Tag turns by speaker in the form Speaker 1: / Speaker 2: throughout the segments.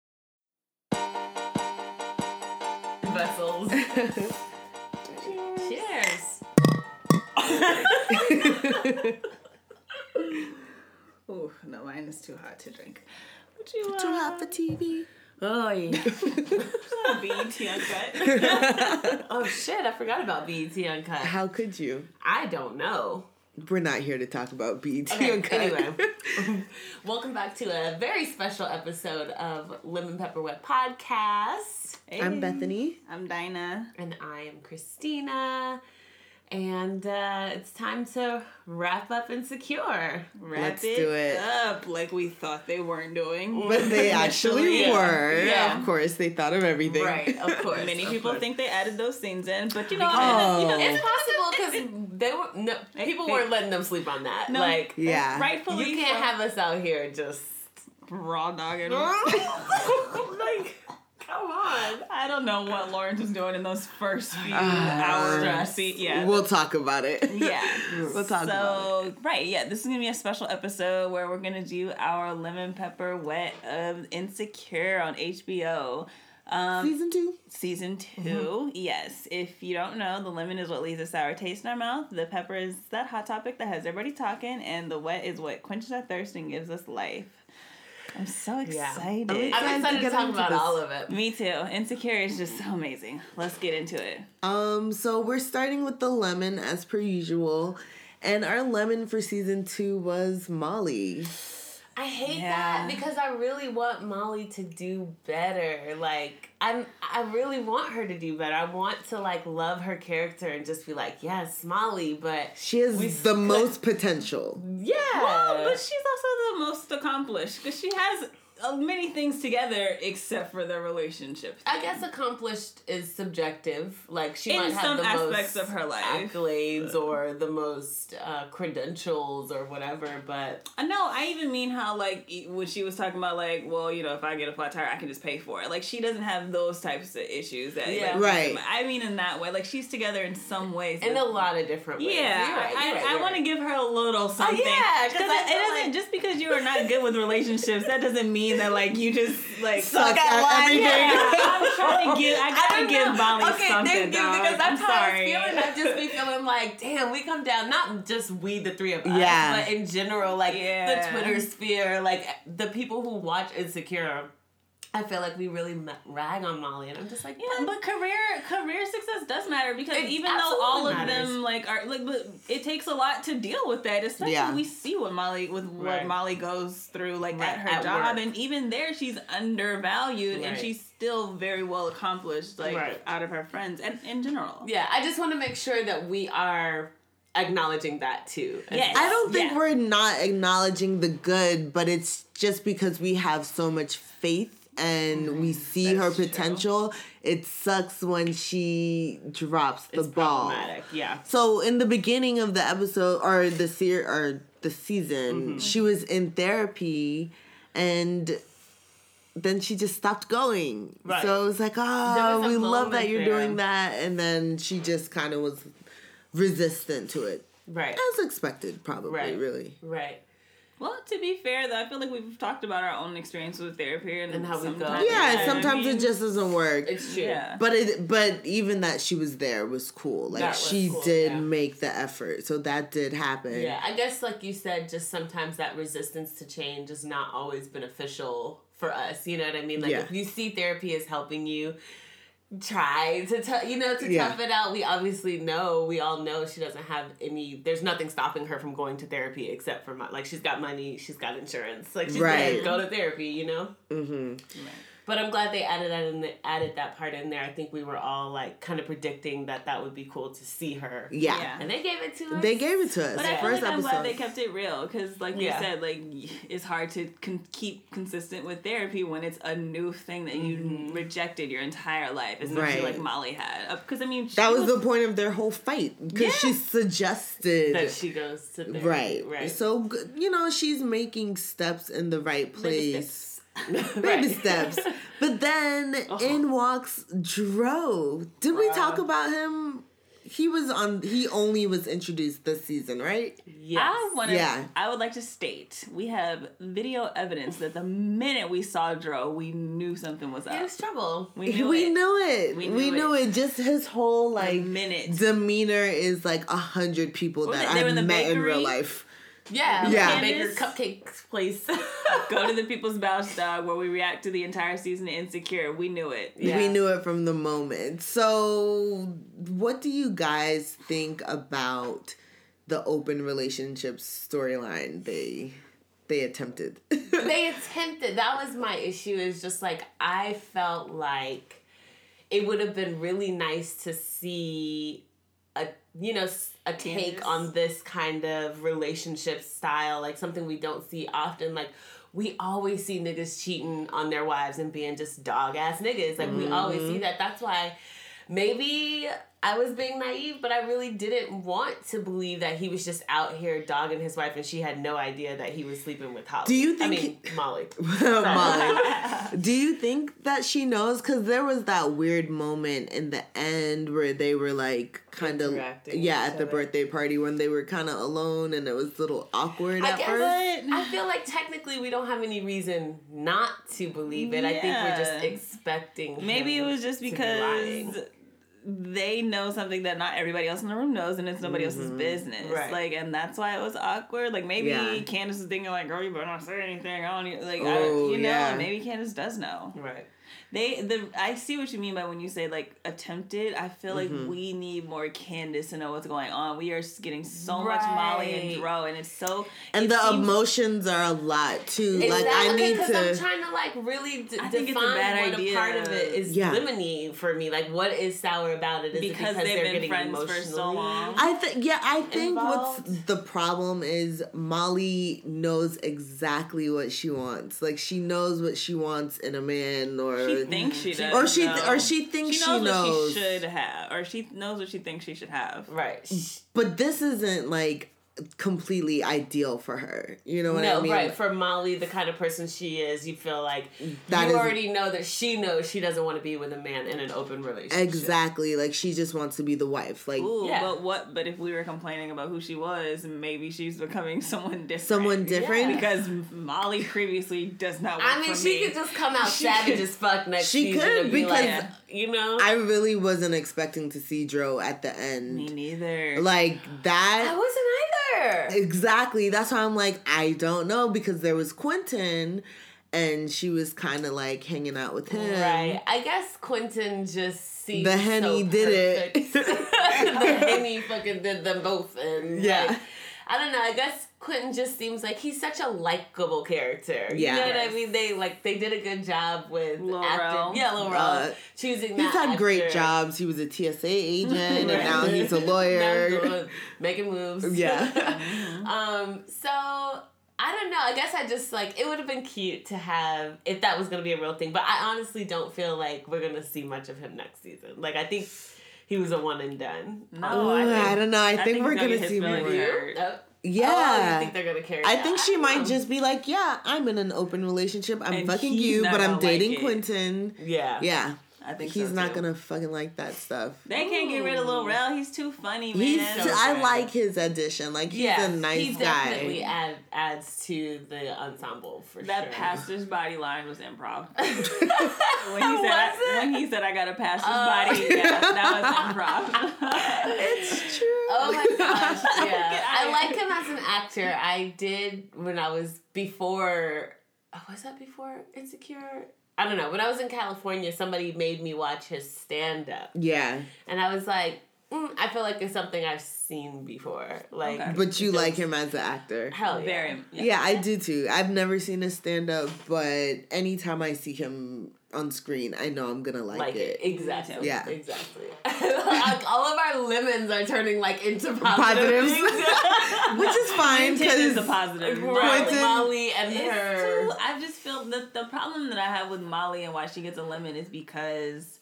Speaker 1: vessels. Cheers.
Speaker 2: oh no, mine is too hot to drink.
Speaker 1: What you
Speaker 2: Too hot for TV.
Speaker 1: Oh,
Speaker 3: BET uncut.
Speaker 1: E oh shit! I forgot about BET Uncut.
Speaker 2: How could you?
Speaker 1: I don't know.
Speaker 2: We're not here to talk about BET
Speaker 1: Okay,
Speaker 2: Uncut.
Speaker 1: anyway. Welcome back to a very special episode of Lemon Pepper Wet Podcast.
Speaker 2: I'm Bethany.
Speaker 3: I'm Dinah.
Speaker 1: And I am Christina. And uh, it's time to wrap up Insecure.
Speaker 3: Wrap
Speaker 2: Let's
Speaker 3: it,
Speaker 2: do it.
Speaker 3: up like we thought they weren't doing.
Speaker 2: But they actually
Speaker 1: yeah.
Speaker 2: were.
Speaker 1: Yeah.
Speaker 2: Of course, they thought of everything.
Speaker 1: Right, of course.
Speaker 3: Many
Speaker 1: of
Speaker 3: people
Speaker 1: course.
Speaker 3: think they added those scenes in, but you know,
Speaker 2: Oh.
Speaker 3: you know,
Speaker 1: It's possible because they were no people
Speaker 3: it-
Speaker 1: weren't letting them sleep on that.
Speaker 3: No.
Speaker 1: Like
Speaker 2: Oh. Yeah.
Speaker 3: rightfully
Speaker 1: you can't have us out here just
Speaker 3: raw dog and
Speaker 2: Ah.
Speaker 1: like come on.
Speaker 3: I don't know what Lawrence was doing in those first few
Speaker 2: Ah.
Speaker 3: hours. of se- Yeah,
Speaker 2: We'll talk about it.
Speaker 3: yeah.
Speaker 2: We'll talk about
Speaker 3: So right, yeah, this is gonna be a special episode where we're gonna do our lemon pepper wet of Insecure on HBO.
Speaker 2: it. Season two.
Speaker 3: season 2 Yes, if you don't know, the lemon is what leaves a sour taste in our mouth. The pepper is that hot topic that has everybody talking, and the wet is what quenches our thirst and gives us life. I'm so
Speaker 1: Yeah.
Speaker 3: excited.
Speaker 2: I'm
Speaker 1: I'm excited to
Speaker 2: get
Speaker 1: talk
Speaker 2: into
Speaker 1: about
Speaker 2: this.
Speaker 1: all of it.
Speaker 3: Me too. Insecure is just so amazing. Let's get into it.
Speaker 2: Um, so we're starting with the lemon as per usual. And our lemon for season two was Molly.
Speaker 1: I hate
Speaker 3: Yeah.
Speaker 1: that because I really want Molly to do better. Like I'm I really want her to do better. I want to like love her character and just be like, yes, Molly, but
Speaker 2: She has
Speaker 1: We
Speaker 2: the most potential.
Speaker 1: yeah.
Speaker 3: Well, Oh, but she's also the most accomplished because she has uh, many things together except for their relationship.
Speaker 1: I guess accomplished is subjective. Like she
Speaker 3: In
Speaker 1: might have
Speaker 3: some
Speaker 1: the
Speaker 3: aspects
Speaker 1: most
Speaker 3: of her life.
Speaker 1: accolades or the most uh, credentials or whatever. But
Speaker 3: Uh, No, I even mean how like e- when she was talking about like, well, you know, if I get a flat tire, I can just pay for it. Like she doesn't have those types of issues that
Speaker 1: Yeah.
Speaker 3: that-
Speaker 2: Right.
Speaker 3: I mean in that way, like she's together in some ways.
Speaker 1: in a lot of different ways.
Speaker 3: yeah,
Speaker 1: You're right,
Speaker 3: I,
Speaker 1: you're right,
Speaker 3: I
Speaker 1: you're
Speaker 3: want
Speaker 1: right.
Speaker 3: to
Speaker 1: Oh,
Speaker 3: give her a little something.
Speaker 1: yeah, 'cause
Speaker 3: because
Speaker 1: I
Speaker 3: it,
Speaker 1: feel
Speaker 3: doesn't
Speaker 1: like-
Speaker 3: just because you are not good with relationships, that doesn't mean that like you just like
Speaker 2: Suck
Speaker 3: at
Speaker 2: at
Speaker 3: life.
Speaker 2: everything.
Speaker 3: Yeah, I'm trying to give. I gotta
Speaker 1: don't know.
Speaker 3: give Molly
Speaker 1: okay,
Speaker 3: something.
Speaker 1: thank you,
Speaker 3: dog.
Speaker 1: because
Speaker 3: I'm
Speaker 1: that's how I was
Speaker 3: sorry.
Speaker 1: feeling. I just be feeling like, damn, we come down, not just we, the three of us,
Speaker 2: Yeah.
Speaker 1: but in general, like
Speaker 3: Yeah.
Speaker 1: the Twitter sphere, like the people who watch Insecure. I feel like we really ma- rag on Molly, and I'm just like,
Speaker 3: Yeah, but career career success does matter because
Speaker 1: It
Speaker 3: even though
Speaker 1: absolutely
Speaker 3: all of
Speaker 1: matters.
Speaker 3: them like are like but it takes a lot to deal with that, especially
Speaker 2: Yeah.
Speaker 3: we see what Molly with what
Speaker 1: Right.
Speaker 3: Molly goes through like
Speaker 1: Right,
Speaker 3: at her
Speaker 1: at
Speaker 3: job
Speaker 1: work.
Speaker 3: and even there she's undervalued and
Speaker 1: Right.
Speaker 3: she's still very well accomplished like
Speaker 1: Right.
Speaker 3: out of her friends and in general.
Speaker 1: Yeah, I just want to make sure that we are acknowledging that too.
Speaker 3: Yes.
Speaker 2: I don't think
Speaker 3: Yeah.
Speaker 2: we're not acknowledging the good, but it's just because we have so much faith and we see her
Speaker 3: That's true.
Speaker 2: potential. It sucks when she drops the ball.
Speaker 3: Problematic, yeah.
Speaker 2: So in the beginning of the episode or the ser- or the season,
Speaker 1: Mm-hmm.
Speaker 2: she was in therapy and then she just stopped going.
Speaker 1: Right.
Speaker 2: So it was like,
Speaker 1: There
Speaker 2: oh,
Speaker 1: was a
Speaker 2: we love that
Speaker 1: moment
Speaker 2: you're
Speaker 1: there."
Speaker 2: doing that. And then she just kind of was resistant to it.
Speaker 1: Right.
Speaker 2: As expected, probably,
Speaker 1: Right.
Speaker 2: really.
Speaker 1: Right.
Speaker 3: Well, to be fair though, I feel like we've talked about our own experience with therapy and,
Speaker 1: And how we go.
Speaker 3: sometimes-
Speaker 1: Yeah,
Speaker 2: Yeah,
Speaker 3: you know what I
Speaker 2: sometimes
Speaker 3: mean?
Speaker 2: it just doesn't work.
Speaker 1: It's true.
Speaker 3: yeah.
Speaker 2: but it but even that she was there was cool. Like
Speaker 1: That was
Speaker 2: she
Speaker 1: cool,
Speaker 2: did
Speaker 1: yeah.
Speaker 2: make the effort. So that did happen.
Speaker 1: Yeah, I guess like you said, just sometimes that resistance to change is not always beneficial for us. You know what I mean? Like
Speaker 2: Yeah.
Speaker 1: if you see therapy as helping you, try to tou- you know to
Speaker 2: Yeah.
Speaker 1: tough it out. We obviously know we all know she doesn't have any. There's nothing stopping her from going to therapy except for mon- like she's got money, she's got insurance. Like she's
Speaker 2: Right.
Speaker 1: gonna go to therapy. You know. But I'm glad they added that in added that part in there. I think we were all like kind of predicting that that would be cool to see her.
Speaker 2: Yeah.
Speaker 3: Yeah.
Speaker 1: And they gave it to us.
Speaker 2: They gave it to us.
Speaker 3: But I feel
Speaker 2: First
Speaker 3: like I'm glad
Speaker 2: episode.
Speaker 3: they kept it real because, like
Speaker 1: Yeah.
Speaker 3: you said, like it's hard to con- keep consistent with therapy when it's a new thing that you rejected your entire life, especially
Speaker 2: Mm-hmm. Right.
Speaker 3: like Molly had. Because I mean, she
Speaker 2: That was the point of their whole fight because she
Speaker 3: Yeah.
Speaker 2: suggested
Speaker 1: that she goes to therapy.
Speaker 2: right,
Speaker 1: Right.
Speaker 2: So g- you know she's making steps in the right
Speaker 3: Baby
Speaker 2: place,
Speaker 3: steps.
Speaker 2: baby
Speaker 1: Right.
Speaker 2: steps.
Speaker 3: Uh-huh.
Speaker 2: But then in walks Dro. Did we talk about him? he was on. He only was introduced this season, right?
Speaker 1: Yes.
Speaker 3: I want to.
Speaker 2: Yeah.
Speaker 3: I would like to state we have video evidence that the minute we saw Dro, we knew something was
Speaker 1: It
Speaker 3: up.
Speaker 1: was trouble.
Speaker 3: We knew
Speaker 2: we
Speaker 3: it.
Speaker 2: knew it.
Speaker 3: We
Speaker 2: We
Speaker 3: knew
Speaker 2: knew, it. Just his whole like
Speaker 3: minute.
Speaker 2: demeanor is like a hundred people
Speaker 3: What was
Speaker 2: that
Speaker 3: it? They were
Speaker 2: I've
Speaker 3: in the
Speaker 2: met in real
Speaker 3: bakery?
Speaker 2: life.
Speaker 1: Yeah.
Speaker 2: Yeah.
Speaker 1: Yeah. Baker
Speaker 3: Candace-
Speaker 1: cupcakes place.
Speaker 3: Go to the People's Bounce Dog where we react to the entire season of Insecure. We knew it.
Speaker 1: Yeah.
Speaker 2: We knew it from the moment. So, what do you guys think about the open relationship storyline they they attempted?
Speaker 1: they attempted. That was my issue. Is just like I felt like it would have been really nice to see a you know s- a take
Speaker 3: Yes.
Speaker 1: on this kind of relationship style, like something we don't see often. Like we always see niggas cheating on their wives and being just dog ass niggas. Like we always see that. That's why maybe I was being naive, but I really didn't want to believe that he was just out here dogging his wife and she had no idea that he was sleeping with Holly.
Speaker 2: Do you think
Speaker 1: I mean, Molly.
Speaker 2: Molly, do you think that she knows? Because there was that weird moment in the end where they were like kind of
Speaker 1: Interacting with
Speaker 2: yeah
Speaker 1: each
Speaker 2: at the
Speaker 1: other.
Speaker 2: birthday party when they were kind of alone and it was a little awkward
Speaker 1: I
Speaker 2: at
Speaker 1: guess
Speaker 2: first.
Speaker 1: I feel like technically we don't have any reason not to believe it. I think we're just
Speaker 3: Yeah.
Speaker 1: expecting.
Speaker 3: Maybe it
Speaker 1: him
Speaker 3: was just
Speaker 1: to be
Speaker 3: because
Speaker 1: lying.
Speaker 3: they know something that not everybody else in the room knows, and it's nobody
Speaker 2: Mm-hmm.
Speaker 3: else's business.
Speaker 1: Right.
Speaker 3: Like, and that's why it was awkward. Like, maybe
Speaker 2: Yeah.
Speaker 3: Candace is thinking, like, "Girl, you better not say anything." I don't e- like, I,
Speaker 2: Oh,
Speaker 3: you know.
Speaker 2: yeah.
Speaker 3: and Maybe Candace does know.
Speaker 1: right.
Speaker 3: They the I see what you mean by when you say like attempted. I feel like
Speaker 2: Mm-hmm.
Speaker 3: we need more Candace to know what's going on. We are s- getting so much Molly and
Speaker 1: Right.
Speaker 3: Dro, and it's so
Speaker 2: And
Speaker 3: it
Speaker 2: the
Speaker 3: seems-
Speaker 2: emotions are a lot too. Like I
Speaker 1: Exactly,
Speaker 2: need
Speaker 1: because
Speaker 2: to.
Speaker 1: I'm trying to like really d-
Speaker 3: I think
Speaker 1: define
Speaker 3: it's a bad
Speaker 1: what
Speaker 3: idea.
Speaker 1: a part of it is
Speaker 2: Yeah.
Speaker 1: lemony for me. Like, what is sour about it? Is
Speaker 3: Because
Speaker 1: it because
Speaker 3: they've
Speaker 1: they're
Speaker 3: been
Speaker 1: getting
Speaker 3: friends for so
Speaker 1: emotionally?
Speaker 3: long.
Speaker 2: I think yeah, I think what's
Speaker 1: involved.
Speaker 2: the problem is Molly knows exactly what she wants. Like she knows what she wants in a man or
Speaker 3: She thinks she
Speaker 1: Mm-hmm.
Speaker 3: does,
Speaker 2: or she
Speaker 3: though.
Speaker 2: or she thinks she knows.
Speaker 3: what she should have, or she knows what she thinks she should have.
Speaker 1: Right.
Speaker 2: But this isn't like completely ideal for her. You know what
Speaker 1: no,
Speaker 2: I mean?
Speaker 1: right. For Molly, the kind of person she is, you feel like
Speaker 2: That
Speaker 1: you
Speaker 2: is-
Speaker 1: already know that she knows she doesn't want to be with a man in an open relationship.
Speaker 2: Exactly. Like she just wants to be the wife. Like
Speaker 3: Ooh,
Speaker 1: Yeah.
Speaker 3: but what? But if we were complaining about who she was, maybe she's becoming someone different.
Speaker 2: someone different.
Speaker 1: Yeah.
Speaker 3: because Molly previously does not. Work
Speaker 1: I mean,
Speaker 3: for
Speaker 1: she
Speaker 3: me.
Speaker 1: could just come out
Speaker 3: She
Speaker 1: savage
Speaker 3: could-
Speaker 1: as fuck next
Speaker 2: she
Speaker 1: season
Speaker 2: could,
Speaker 1: and be
Speaker 2: because
Speaker 1: like, you know.
Speaker 2: I really wasn't expecting to see Dro at the end.
Speaker 3: Me neither.
Speaker 2: Like that
Speaker 1: I wasn't either.
Speaker 2: Exactly. That's why I'm like, I don't know because there was Quentin and she was kind of like hanging out with him.
Speaker 1: Right. I guess Quentin just seemed
Speaker 2: The Henny
Speaker 1: so
Speaker 2: did it.
Speaker 1: perfect. the Henny fucking did them both, and
Speaker 2: Yeah.
Speaker 1: like, I don't know. I guess Quentin just seems like he's such a likable character. You
Speaker 2: Yeah.
Speaker 1: know what
Speaker 3: Yes.
Speaker 1: I mean? They like they did a good job with
Speaker 3: Laurel.
Speaker 1: acting- Yeah, Laurel
Speaker 2: Uh,
Speaker 1: choosing.
Speaker 2: He's
Speaker 1: that
Speaker 2: had great
Speaker 1: actor.
Speaker 2: jobs. He was a TSA agent and
Speaker 1: Right.
Speaker 2: now he's a
Speaker 1: Now
Speaker 2: lawyer.
Speaker 1: he's making moves.
Speaker 2: Yeah.
Speaker 1: Um, so I don't know. I guess I just like it would have been cute to have if that was gonna be a real thing. But I honestly don't feel like we're gonna see much of him next season. Like I think he was a one and done.
Speaker 3: No,
Speaker 2: Ooh,
Speaker 3: I
Speaker 2: I,
Speaker 3: think-
Speaker 2: don't know. I, think,
Speaker 3: think
Speaker 2: we're
Speaker 3: he's
Speaker 2: going
Speaker 3: gonna get
Speaker 2: to
Speaker 3: his
Speaker 2: see
Speaker 3: feelings
Speaker 2: more.
Speaker 3: hurt.
Speaker 1: Oh, oh,
Speaker 2: Yeah.
Speaker 1: you think they're gonna carry?
Speaker 2: I
Speaker 1: that? Um,
Speaker 2: think she
Speaker 1: don't
Speaker 2: might
Speaker 1: know.
Speaker 2: just be like, yeah, I'm in an open relationship. I'm
Speaker 3: And
Speaker 2: fucking
Speaker 3: he's
Speaker 2: you,
Speaker 3: not
Speaker 2: but I'm
Speaker 3: gonna like
Speaker 2: dating
Speaker 3: it.
Speaker 2: Quentin.
Speaker 1: yeah
Speaker 2: Yeah.
Speaker 3: I think
Speaker 2: He's
Speaker 3: so,
Speaker 2: not
Speaker 3: too.
Speaker 2: going to fucking like that stuff.
Speaker 3: They can't get rid of Lil Rel. He's too funny, man.
Speaker 2: He's
Speaker 1: so
Speaker 2: I
Speaker 1: good.
Speaker 2: like his addition. Like he's
Speaker 1: yeah.
Speaker 2: a nice
Speaker 1: he
Speaker 2: guy.
Speaker 1: definitely add, adds to the ensemble for
Speaker 3: that
Speaker 1: sure.
Speaker 3: pastor's body line was improv. when he said, I,
Speaker 1: Was it?
Speaker 3: when he said I got a pastor's
Speaker 1: Oh.
Speaker 3: body, yeah, that was improv.
Speaker 2: It's true.
Speaker 1: Oh my gosh, yeah.
Speaker 3: I-
Speaker 1: I like him as an actor. I did when I was before oh, was that before Insecure? I don't know. When I was in California, somebody made me watch his stand up.
Speaker 2: yeah,
Speaker 1: And I was like, mm, I feel like it's something I've seen before. Like
Speaker 3: Okay.
Speaker 2: but you
Speaker 1: those-
Speaker 2: like him as an actor.
Speaker 1: Hell yeah.
Speaker 3: Very.
Speaker 2: Yeah. I do too. I've never seen his stand up, but anytime I see him on screen, I know I'm gonna like,
Speaker 1: like
Speaker 2: it.
Speaker 1: it. Exactly.
Speaker 2: Yeah.
Speaker 1: Exactly. like, all of our lemons are turning like into positive
Speaker 2: Positives.
Speaker 1: things.
Speaker 2: Which is fine
Speaker 3: Intent is a
Speaker 2: because
Speaker 3: positive.
Speaker 1: Right,
Speaker 2: Quentin-
Speaker 1: Molly and
Speaker 3: It's
Speaker 1: her.
Speaker 3: too- I just feel the the problem that I have with Molly and why she gets a lemon is because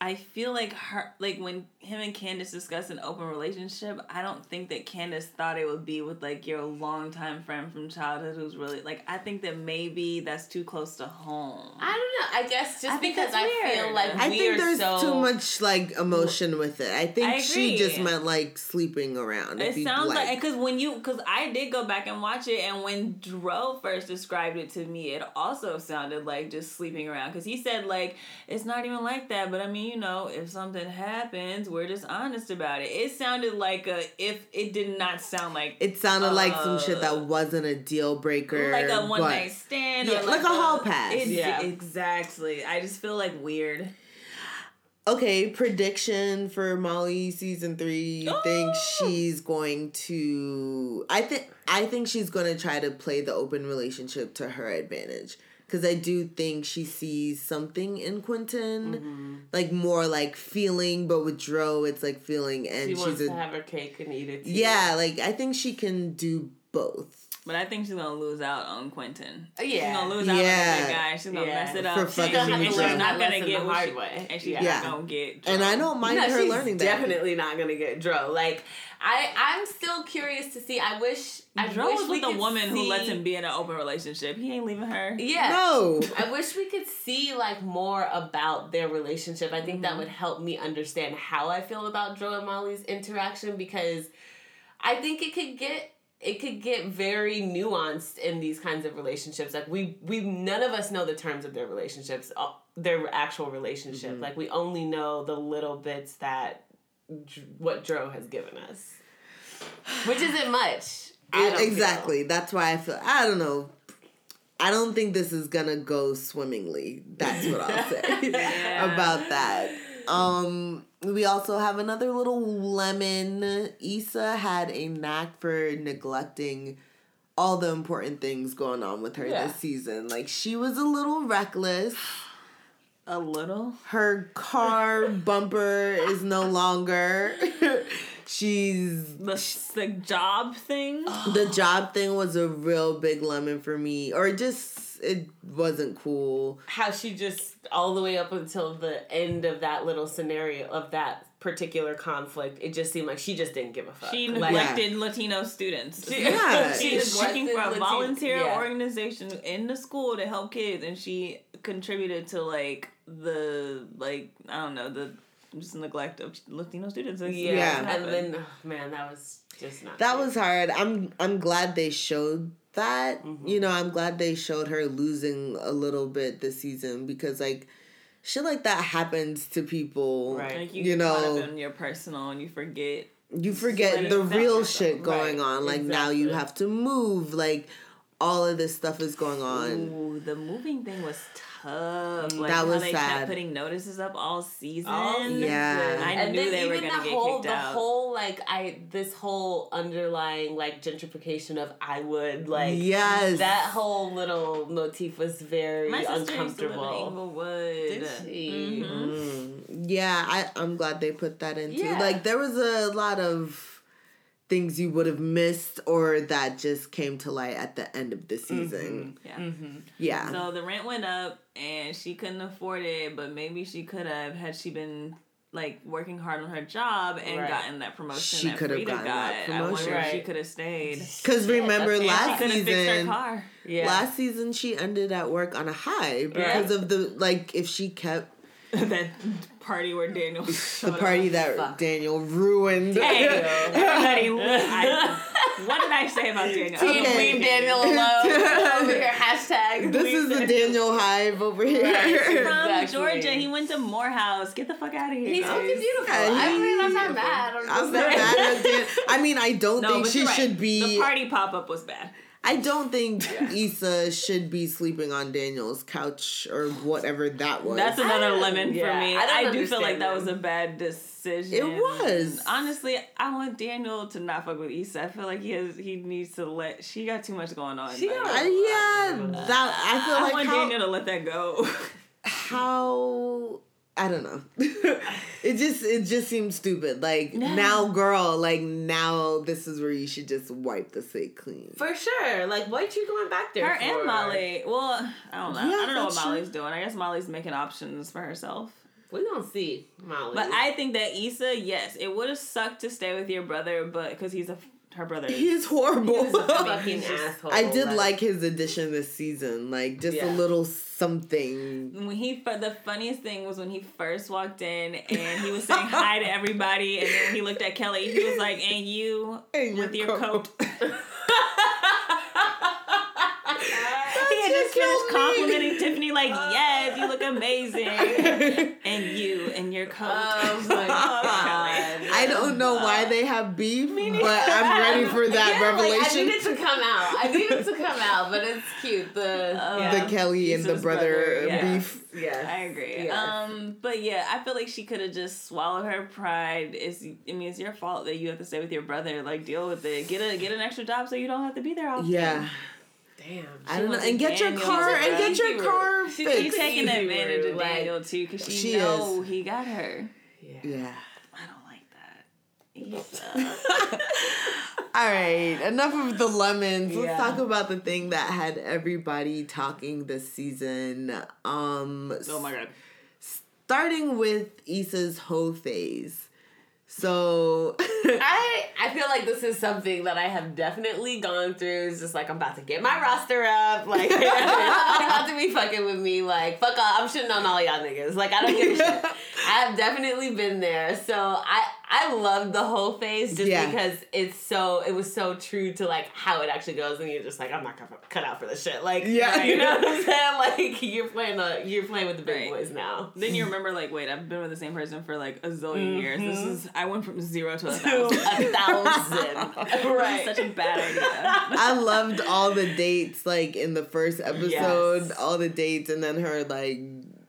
Speaker 3: I feel like her, like when him and Candace discussed an open relationship, I don't think that Candace thought it would be with like your longtime friend from childhood who's really like. I think that maybe that's too close to home.
Speaker 1: I don't know. I guess just
Speaker 3: I think
Speaker 1: because
Speaker 3: that's
Speaker 1: I
Speaker 3: weird.
Speaker 1: feel like
Speaker 2: I
Speaker 1: we
Speaker 2: think
Speaker 1: are
Speaker 2: there's
Speaker 1: so
Speaker 2: too much like emotion with it. I think
Speaker 3: I
Speaker 2: she just
Speaker 3: agree.
Speaker 2: meant like sleeping around. if
Speaker 3: It
Speaker 2: you
Speaker 3: sounds like because when you because I did go back and watch it, and when Dro first described it to me, it also sounded like just sleeping around. Because he said like it's not even like that, but I mean you know if something happens, we're just honest about it. It sounded like a if it did not sound like
Speaker 2: it sounded like some shit
Speaker 3: Uh,
Speaker 2: that wasn't a deal breaker.
Speaker 3: like a one
Speaker 2: but-
Speaker 3: night stand,
Speaker 2: Yeah,
Speaker 3: or
Speaker 2: like a hall pass.
Speaker 3: Ex-
Speaker 1: Yeah.
Speaker 3: exactly. I just feel like weird.
Speaker 2: Okay, prediction for Molly season three. You think she's going to? I think I think she's going to try to play the open relationship to her advantage because I do think she sees something in Quentin,
Speaker 3: Mm-hmm.
Speaker 2: like more like feeling, but with Dro, it's like feeling, and
Speaker 1: she wants
Speaker 2: she's a
Speaker 1: to have her cake and eat it. Too.
Speaker 2: yeah. Like I think she can do both.
Speaker 3: But I think she's gonna lose out on Quentin.
Speaker 1: Yeah.
Speaker 3: She's gonna lose out on
Speaker 2: Yeah.
Speaker 3: that guy. She's gonna
Speaker 1: Yeah.
Speaker 3: mess it up.
Speaker 2: For
Speaker 3: and
Speaker 2: fucking
Speaker 1: She's gonna have
Speaker 2: She's
Speaker 1: to learn
Speaker 2: not
Speaker 1: that lesson
Speaker 3: get
Speaker 1: the
Speaker 3: what she-
Speaker 1: hard way.
Speaker 3: and she's
Speaker 1: yeah.
Speaker 2: Yeah.
Speaker 3: not gonna get.
Speaker 2: And I don't mind
Speaker 1: No,
Speaker 2: her
Speaker 1: she's
Speaker 2: learning that.
Speaker 1: definitely not gonna get Dro. Like I, I'm still curious to see. I wish. I
Speaker 3: Dro
Speaker 1: wish
Speaker 3: was
Speaker 1: we
Speaker 3: with a
Speaker 1: could
Speaker 3: woman who
Speaker 1: see-
Speaker 3: lets him be in an open relationship. He ain't leaving her.
Speaker 2: E-
Speaker 1: Yeah.
Speaker 2: No.
Speaker 1: I wish we could see like more about their relationship. I think that would help me understand how I feel about Joe and Molly's interaction because I think it could get it could get very nuanced in these kinds of relationships. Like we we none of us know the terms of their relationships, uh, their actual relationship. Like we only know the little bits that Dr- what Dro has given us, which isn't much. I don't feel.
Speaker 2: exactly. That's why I feel. I don't know. I don't think this is gonna go swimmingly. That's what I'll say
Speaker 3: Yeah.
Speaker 2: about that. Um, we also have another little lemon. Issa had a knack for neglecting all the important things going on with her
Speaker 1: Yeah.
Speaker 2: this season. Like she was a little reckless.
Speaker 3: A little.
Speaker 2: Her car bumper is no longer. She's
Speaker 3: The the job thing.
Speaker 2: the job thing was a real big lemon for me or it just it wasn't cool
Speaker 1: how she just all the way up until the end of that little scenario of that particular conflict, it just seemed like she just didn't give a fuck.
Speaker 3: She
Speaker 1: like,
Speaker 3: neglected Latino students.
Speaker 1: She-
Speaker 2: Yeah.
Speaker 3: She was working for a
Speaker 1: neglected
Speaker 3: volunteer
Speaker 1: Latin- yeah.
Speaker 3: organization in the school to help kids, and she contributed to like the like I don't know the just neglect of Latino students. It's-
Speaker 1: Yeah,
Speaker 2: Yeah.
Speaker 3: it's
Speaker 1: and
Speaker 3: happened.
Speaker 1: then oh, man, that was just not.
Speaker 2: that
Speaker 1: good.
Speaker 2: was hard i'm i'm glad they showed that
Speaker 1: Mm-hmm.
Speaker 2: you know i'm glad they showed her losing a little bit this season because like shit like that happens to people
Speaker 1: Right.
Speaker 3: like you,
Speaker 2: you,
Speaker 3: get caught up
Speaker 2: know
Speaker 3: in your personal and you forget.
Speaker 2: you
Speaker 3: let
Speaker 2: forget
Speaker 3: it
Speaker 2: the
Speaker 3: affect
Speaker 2: real
Speaker 3: yourself.
Speaker 2: shit going
Speaker 1: Right.
Speaker 2: on like now you
Speaker 1: Exactly.
Speaker 2: have to move like all of this stuff is going on
Speaker 3: Ooh, the moving thing was tough. Like
Speaker 2: Mm, That
Speaker 3: how
Speaker 2: was
Speaker 3: they
Speaker 2: sad.
Speaker 3: kept putting notices up all season.
Speaker 1: All
Speaker 2: Yeah.
Speaker 1: season.
Speaker 3: I
Speaker 1: and
Speaker 3: knew
Speaker 1: then
Speaker 3: they were
Speaker 1: even
Speaker 3: gonna
Speaker 1: the
Speaker 3: get
Speaker 1: whole,
Speaker 3: kicked
Speaker 1: the
Speaker 3: out.
Speaker 1: whole like I this whole underlying like gentrification of I would like
Speaker 2: Yes.
Speaker 1: that whole little motif was very
Speaker 3: My sister used to live in
Speaker 1: uncomfortable.
Speaker 3: Inglewood.
Speaker 1: she?
Speaker 3: Mhm.
Speaker 2: Yeah, I, I'm glad they put that in too.
Speaker 1: Yeah.
Speaker 2: Like there was a lot of things you would have missed or that just came to light at the end of the season.
Speaker 3: Yeah.
Speaker 2: Yeah.
Speaker 3: So the rent went up and she couldn't afford it, but maybe she could have had she been like working hard on her job and
Speaker 1: Right.
Speaker 3: gotten that promotion
Speaker 2: She
Speaker 3: that
Speaker 2: could have
Speaker 3: Frida
Speaker 2: gotten
Speaker 3: got.
Speaker 2: that
Speaker 3: I wonder if she
Speaker 1: promotion.
Speaker 3: could have stayed.
Speaker 2: Cuz remember
Speaker 1: that's-
Speaker 2: last
Speaker 3: and she could have fixed her
Speaker 2: season
Speaker 3: car.
Speaker 1: Yeah.
Speaker 2: last season she ended at work on a high because
Speaker 1: Right.
Speaker 2: of the like if she kept
Speaker 3: that party where Daniel
Speaker 2: the party that Daniel ruined.
Speaker 3: Oh, Hey, everybody, I, what did I say about Daniel?
Speaker 1: Team
Speaker 2: Okay.
Speaker 1: leave Daniel alone. Over here, hashtag.
Speaker 2: this
Speaker 1: leave
Speaker 2: is the
Speaker 1: Dan-
Speaker 2: Daniel Hive over here.
Speaker 1: Right.
Speaker 3: From
Speaker 1: Exactly.
Speaker 3: Georgia, he went to Morehouse. Get the fuck out of here.
Speaker 1: He's
Speaker 3: guys.
Speaker 1: fucking beautiful.
Speaker 2: Yeah,
Speaker 1: I
Speaker 2: he's
Speaker 1: mean, I'm not mad. I'm, just
Speaker 2: I'm not
Speaker 1: saying.
Speaker 2: mad at Dan- I mean, I don't
Speaker 3: No,
Speaker 2: think
Speaker 3: but
Speaker 2: she
Speaker 3: you're right.
Speaker 2: should be
Speaker 3: The party pop up was bad.
Speaker 2: I don't think Issa should be sleeping on Daniel's couch or whatever that was.
Speaker 3: That's another
Speaker 1: don't-
Speaker 3: lemon
Speaker 1: yeah,
Speaker 3: for me.
Speaker 1: I don't
Speaker 3: I, do feel
Speaker 1: understand
Speaker 3: like that
Speaker 1: them.
Speaker 3: was a bad decision.
Speaker 2: It was.
Speaker 3: Honestly, I want Daniel to not fuck with Issa. I feel like he has he needs to let she got too much going on.
Speaker 1: She
Speaker 3: Like,
Speaker 1: got-
Speaker 2: I, yeah, that I feel
Speaker 3: I
Speaker 2: like
Speaker 3: want
Speaker 2: how,
Speaker 3: Daniel to let that go.
Speaker 2: how I don't know. it just it just seems stupid. Like now, girl, like now, this is where you should just wipe the slate clean.
Speaker 1: For sure. Like, what you going back there
Speaker 3: Her
Speaker 1: for?
Speaker 3: and Molly. Well, I don't know.
Speaker 2: Yeah,
Speaker 3: I don't know what
Speaker 2: that's true.
Speaker 3: Molly's doing. I guess Molly's making options for herself.
Speaker 1: We gonna see, Molly.
Speaker 3: But I think that Issa, yes, it would have sucked to stay with your brother, but because he's a her brother. is-
Speaker 2: He's horrible.
Speaker 1: He's a fucking asshole.
Speaker 2: I did like his addition this season, like just
Speaker 1: Yeah.
Speaker 2: a little something.
Speaker 3: when he fir- the funniest thing was when he first walked in and he was saying hi to everybody, and then he looked at Kelly. He was like, "And you
Speaker 2: And
Speaker 3: with
Speaker 2: your
Speaker 3: your coat."
Speaker 2: coat."
Speaker 3: he had
Speaker 2: just
Speaker 3: just finished
Speaker 2: killed me.
Speaker 3: complimenting Tiffany, like, "Yes, you look amazing." and you and your coat.
Speaker 1: Oh my god!
Speaker 2: I don't know why they have beef, but I'm ready for that
Speaker 1: Yeah, Like, I
Speaker 2: revelation.
Speaker 1: need it to come out. I need it to come out, but it's cute. The
Speaker 3: Oh.
Speaker 1: yeah.
Speaker 2: the Kelly and the
Speaker 3: Jesus'
Speaker 2: brother,
Speaker 3: brother, yeah.
Speaker 2: beef.
Speaker 1: yes.
Speaker 3: I agree.
Speaker 1: Yes.
Speaker 3: Um, but yeah, I feel like she could have just swallowed her pride. It's, I mean, it's your fault that you have to stay with your brother. Like, deal with it. Get a get an extra job so you don't have to be there all.
Speaker 2: Yeah,
Speaker 1: Damn.
Speaker 2: I don't know.
Speaker 3: wants
Speaker 2: And
Speaker 3: a
Speaker 2: get your
Speaker 3: Daniel.
Speaker 2: car
Speaker 3: She's
Speaker 2: and
Speaker 3: a
Speaker 2: get your
Speaker 1: Daniel.
Speaker 2: car
Speaker 1: She's a
Speaker 3: She's
Speaker 2: fixed.
Speaker 3: taking
Speaker 1: Easy
Speaker 3: advantage of
Speaker 1: route, like-
Speaker 3: Daniel too because she,
Speaker 2: She
Speaker 3: know he got her.
Speaker 1: Yeah.
Speaker 2: Yeah.
Speaker 3: I don't like that. He's, uh,
Speaker 2: All right, enough of the lemons.
Speaker 1: Yeah.
Speaker 2: Let's talk about the thing that had everybody talking this season. Um,
Speaker 3: Oh
Speaker 1: god.
Speaker 2: starting with Issa's hoe phase. So,
Speaker 1: I I feel like this is something that I have definitely gone through. It's just like I'm about to get my roster up. Like y'all about to be fucking with me. Like fuck off. I'm shitting on all y'all niggas. Like I don't give a shit. I have definitely been there. So I I loved the whole phase just
Speaker 2: Yeah.
Speaker 1: because it's so it was so true to like how it actually goes and you're just like I'm not gonna cut out for this shit. Like
Speaker 2: Yeah.
Speaker 1: you know what I'm saying? Like you're playing the you're playing with the big
Speaker 3: Right.
Speaker 1: boys now.
Speaker 3: then you remember, like, wait, I've been with the same person for like a zillion years. This is I went from zero to a thousand.
Speaker 1: A thousand.
Speaker 3: This is
Speaker 1: right.
Speaker 3: such a bad idea.
Speaker 2: I loved all the dates, like in the first episode,
Speaker 1: Yes.
Speaker 2: all the dates, and then her like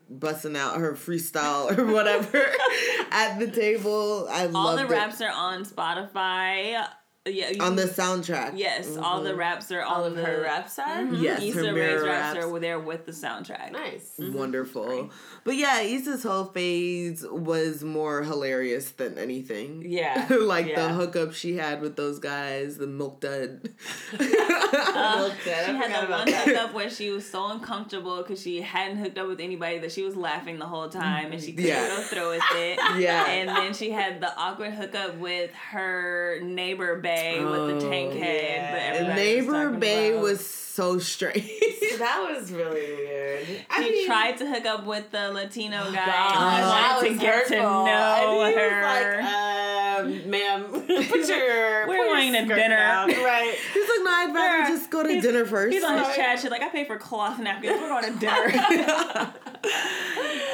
Speaker 2: busting out her freestyle or whatever at the table. I
Speaker 3: All
Speaker 2: loved
Speaker 3: the
Speaker 2: it.
Speaker 3: raps are on Spotify. Yeah, you
Speaker 2: on
Speaker 3: can-
Speaker 2: the soundtrack.
Speaker 3: Yes, all the raps are
Speaker 1: Mm-hmm. All
Speaker 3: all,
Speaker 1: Mm-hmm. of
Speaker 3: the,
Speaker 1: her raps are
Speaker 2: Yes, her
Speaker 3: Issa Rae's
Speaker 2: mirror
Speaker 3: raps
Speaker 2: raps.
Speaker 3: are there with the soundtrack.
Speaker 1: nice.
Speaker 3: Mm-hmm.
Speaker 2: Wonderful. But yeah, Issa's whole phase was more hilarious than anything.
Speaker 1: Yeah.
Speaker 2: like
Speaker 1: Yeah.
Speaker 2: the hookup she had with those guys, the milk dud.
Speaker 1: Milk dud. I
Speaker 3: Uh, She
Speaker 1: forgot
Speaker 3: had the
Speaker 1: about
Speaker 3: one
Speaker 1: that.
Speaker 3: hookup where she was so uncomfortable because she hadn't hooked up with anybody that she was laughing the whole time and she couldn't
Speaker 2: Yeah.
Speaker 3: go through with it.
Speaker 2: Yeah.
Speaker 3: And then she had the awkward hookup with her neighbor Bay with the
Speaker 2: Oh.
Speaker 3: tank
Speaker 1: Yeah.
Speaker 3: head.
Speaker 1: And
Speaker 3: Yeah.
Speaker 2: Neighbor Bay was so strange.
Speaker 1: That was really weird.
Speaker 3: She
Speaker 1: I mean, Oh,
Speaker 3: tried to hook up with the Latino guy.
Speaker 1: God, that
Speaker 3: and wanted
Speaker 1: was
Speaker 3: to get to
Speaker 1: hurtful.
Speaker 3: know
Speaker 1: and he
Speaker 3: her.
Speaker 1: Was like, uh, um, ma'am, put your.
Speaker 3: We're
Speaker 1: put your
Speaker 3: going to
Speaker 1: skirt
Speaker 3: dinner.
Speaker 1: down. right?
Speaker 2: He's like, no, I'd rather
Speaker 3: Yeah.
Speaker 2: just go to
Speaker 3: He's-
Speaker 2: dinner first.
Speaker 3: He's on his
Speaker 1: Sorry.
Speaker 3: chat. She's like, I pay for cloth napkins. We're going to dinner.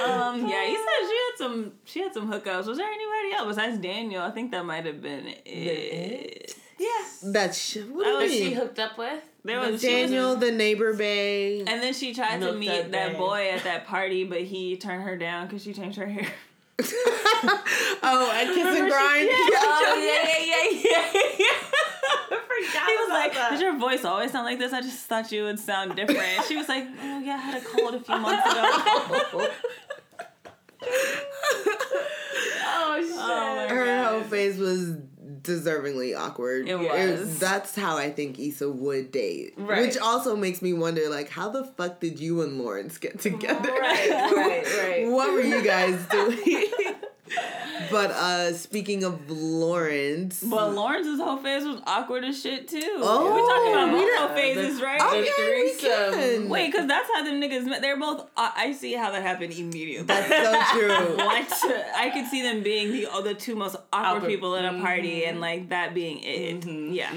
Speaker 3: um, yeah, he said she had some. She had some hookups. Was there anybody else besides Daniel? I think that might have been it.
Speaker 1: Yes.
Speaker 2: That shit. What
Speaker 3: Oh,
Speaker 2: do
Speaker 1: That
Speaker 2: you
Speaker 1: she
Speaker 2: mean?
Speaker 1: hooked up with.
Speaker 3: There was she was-
Speaker 2: Daniel, the neighbor Bay.
Speaker 3: and then she tried to
Speaker 1: Milk
Speaker 3: meet
Speaker 1: that
Speaker 3: that,
Speaker 1: bag.
Speaker 3: boy at that party, but he turned her down because she changed her hair.
Speaker 2: oh, and kiss and grind.
Speaker 1: Oh yeah, yeah, yeah, yeah. I forgot.
Speaker 3: He was like,
Speaker 1: that.
Speaker 3: "Does your voice always sound like this? I just thought you would sound different." She was like, "Oh yeah, I had a cold a few months ago."
Speaker 1: oh shit.
Speaker 3: my
Speaker 2: Her
Speaker 3: Yes.
Speaker 2: whole face was deservingly awkward.
Speaker 3: It was.
Speaker 2: that's how I think Issa would date.
Speaker 1: Right.
Speaker 2: Which also makes me wonder, like, how the fuck did you and Lawrence get together?
Speaker 1: Right, right, right.
Speaker 2: what were you guys doing? but uh speaking of Lawrence.
Speaker 3: But Lawrence's whole face was awkward as shit too.
Speaker 2: Oh,
Speaker 3: we're talking about
Speaker 2: we
Speaker 3: multiple
Speaker 1: didn't-
Speaker 3: phases, right?
Speaker 2: Okay,
Speaker 1: The
Speaker 2: we
Speaker 1: threesome.
Speaker 2: can.
Speaker 3: Wait, because that's how them niggas met. They're both. I I see how that happened immediately.
Speaker 2: That's so true.
Speaker 3: what? I could see them being the oh, the two most awkward,
Speaker 1: Awkward.
Speaker 3: people at a party,
Speaker 2: Mm-hmm.
Speaker 3: and like that being it. Yeah.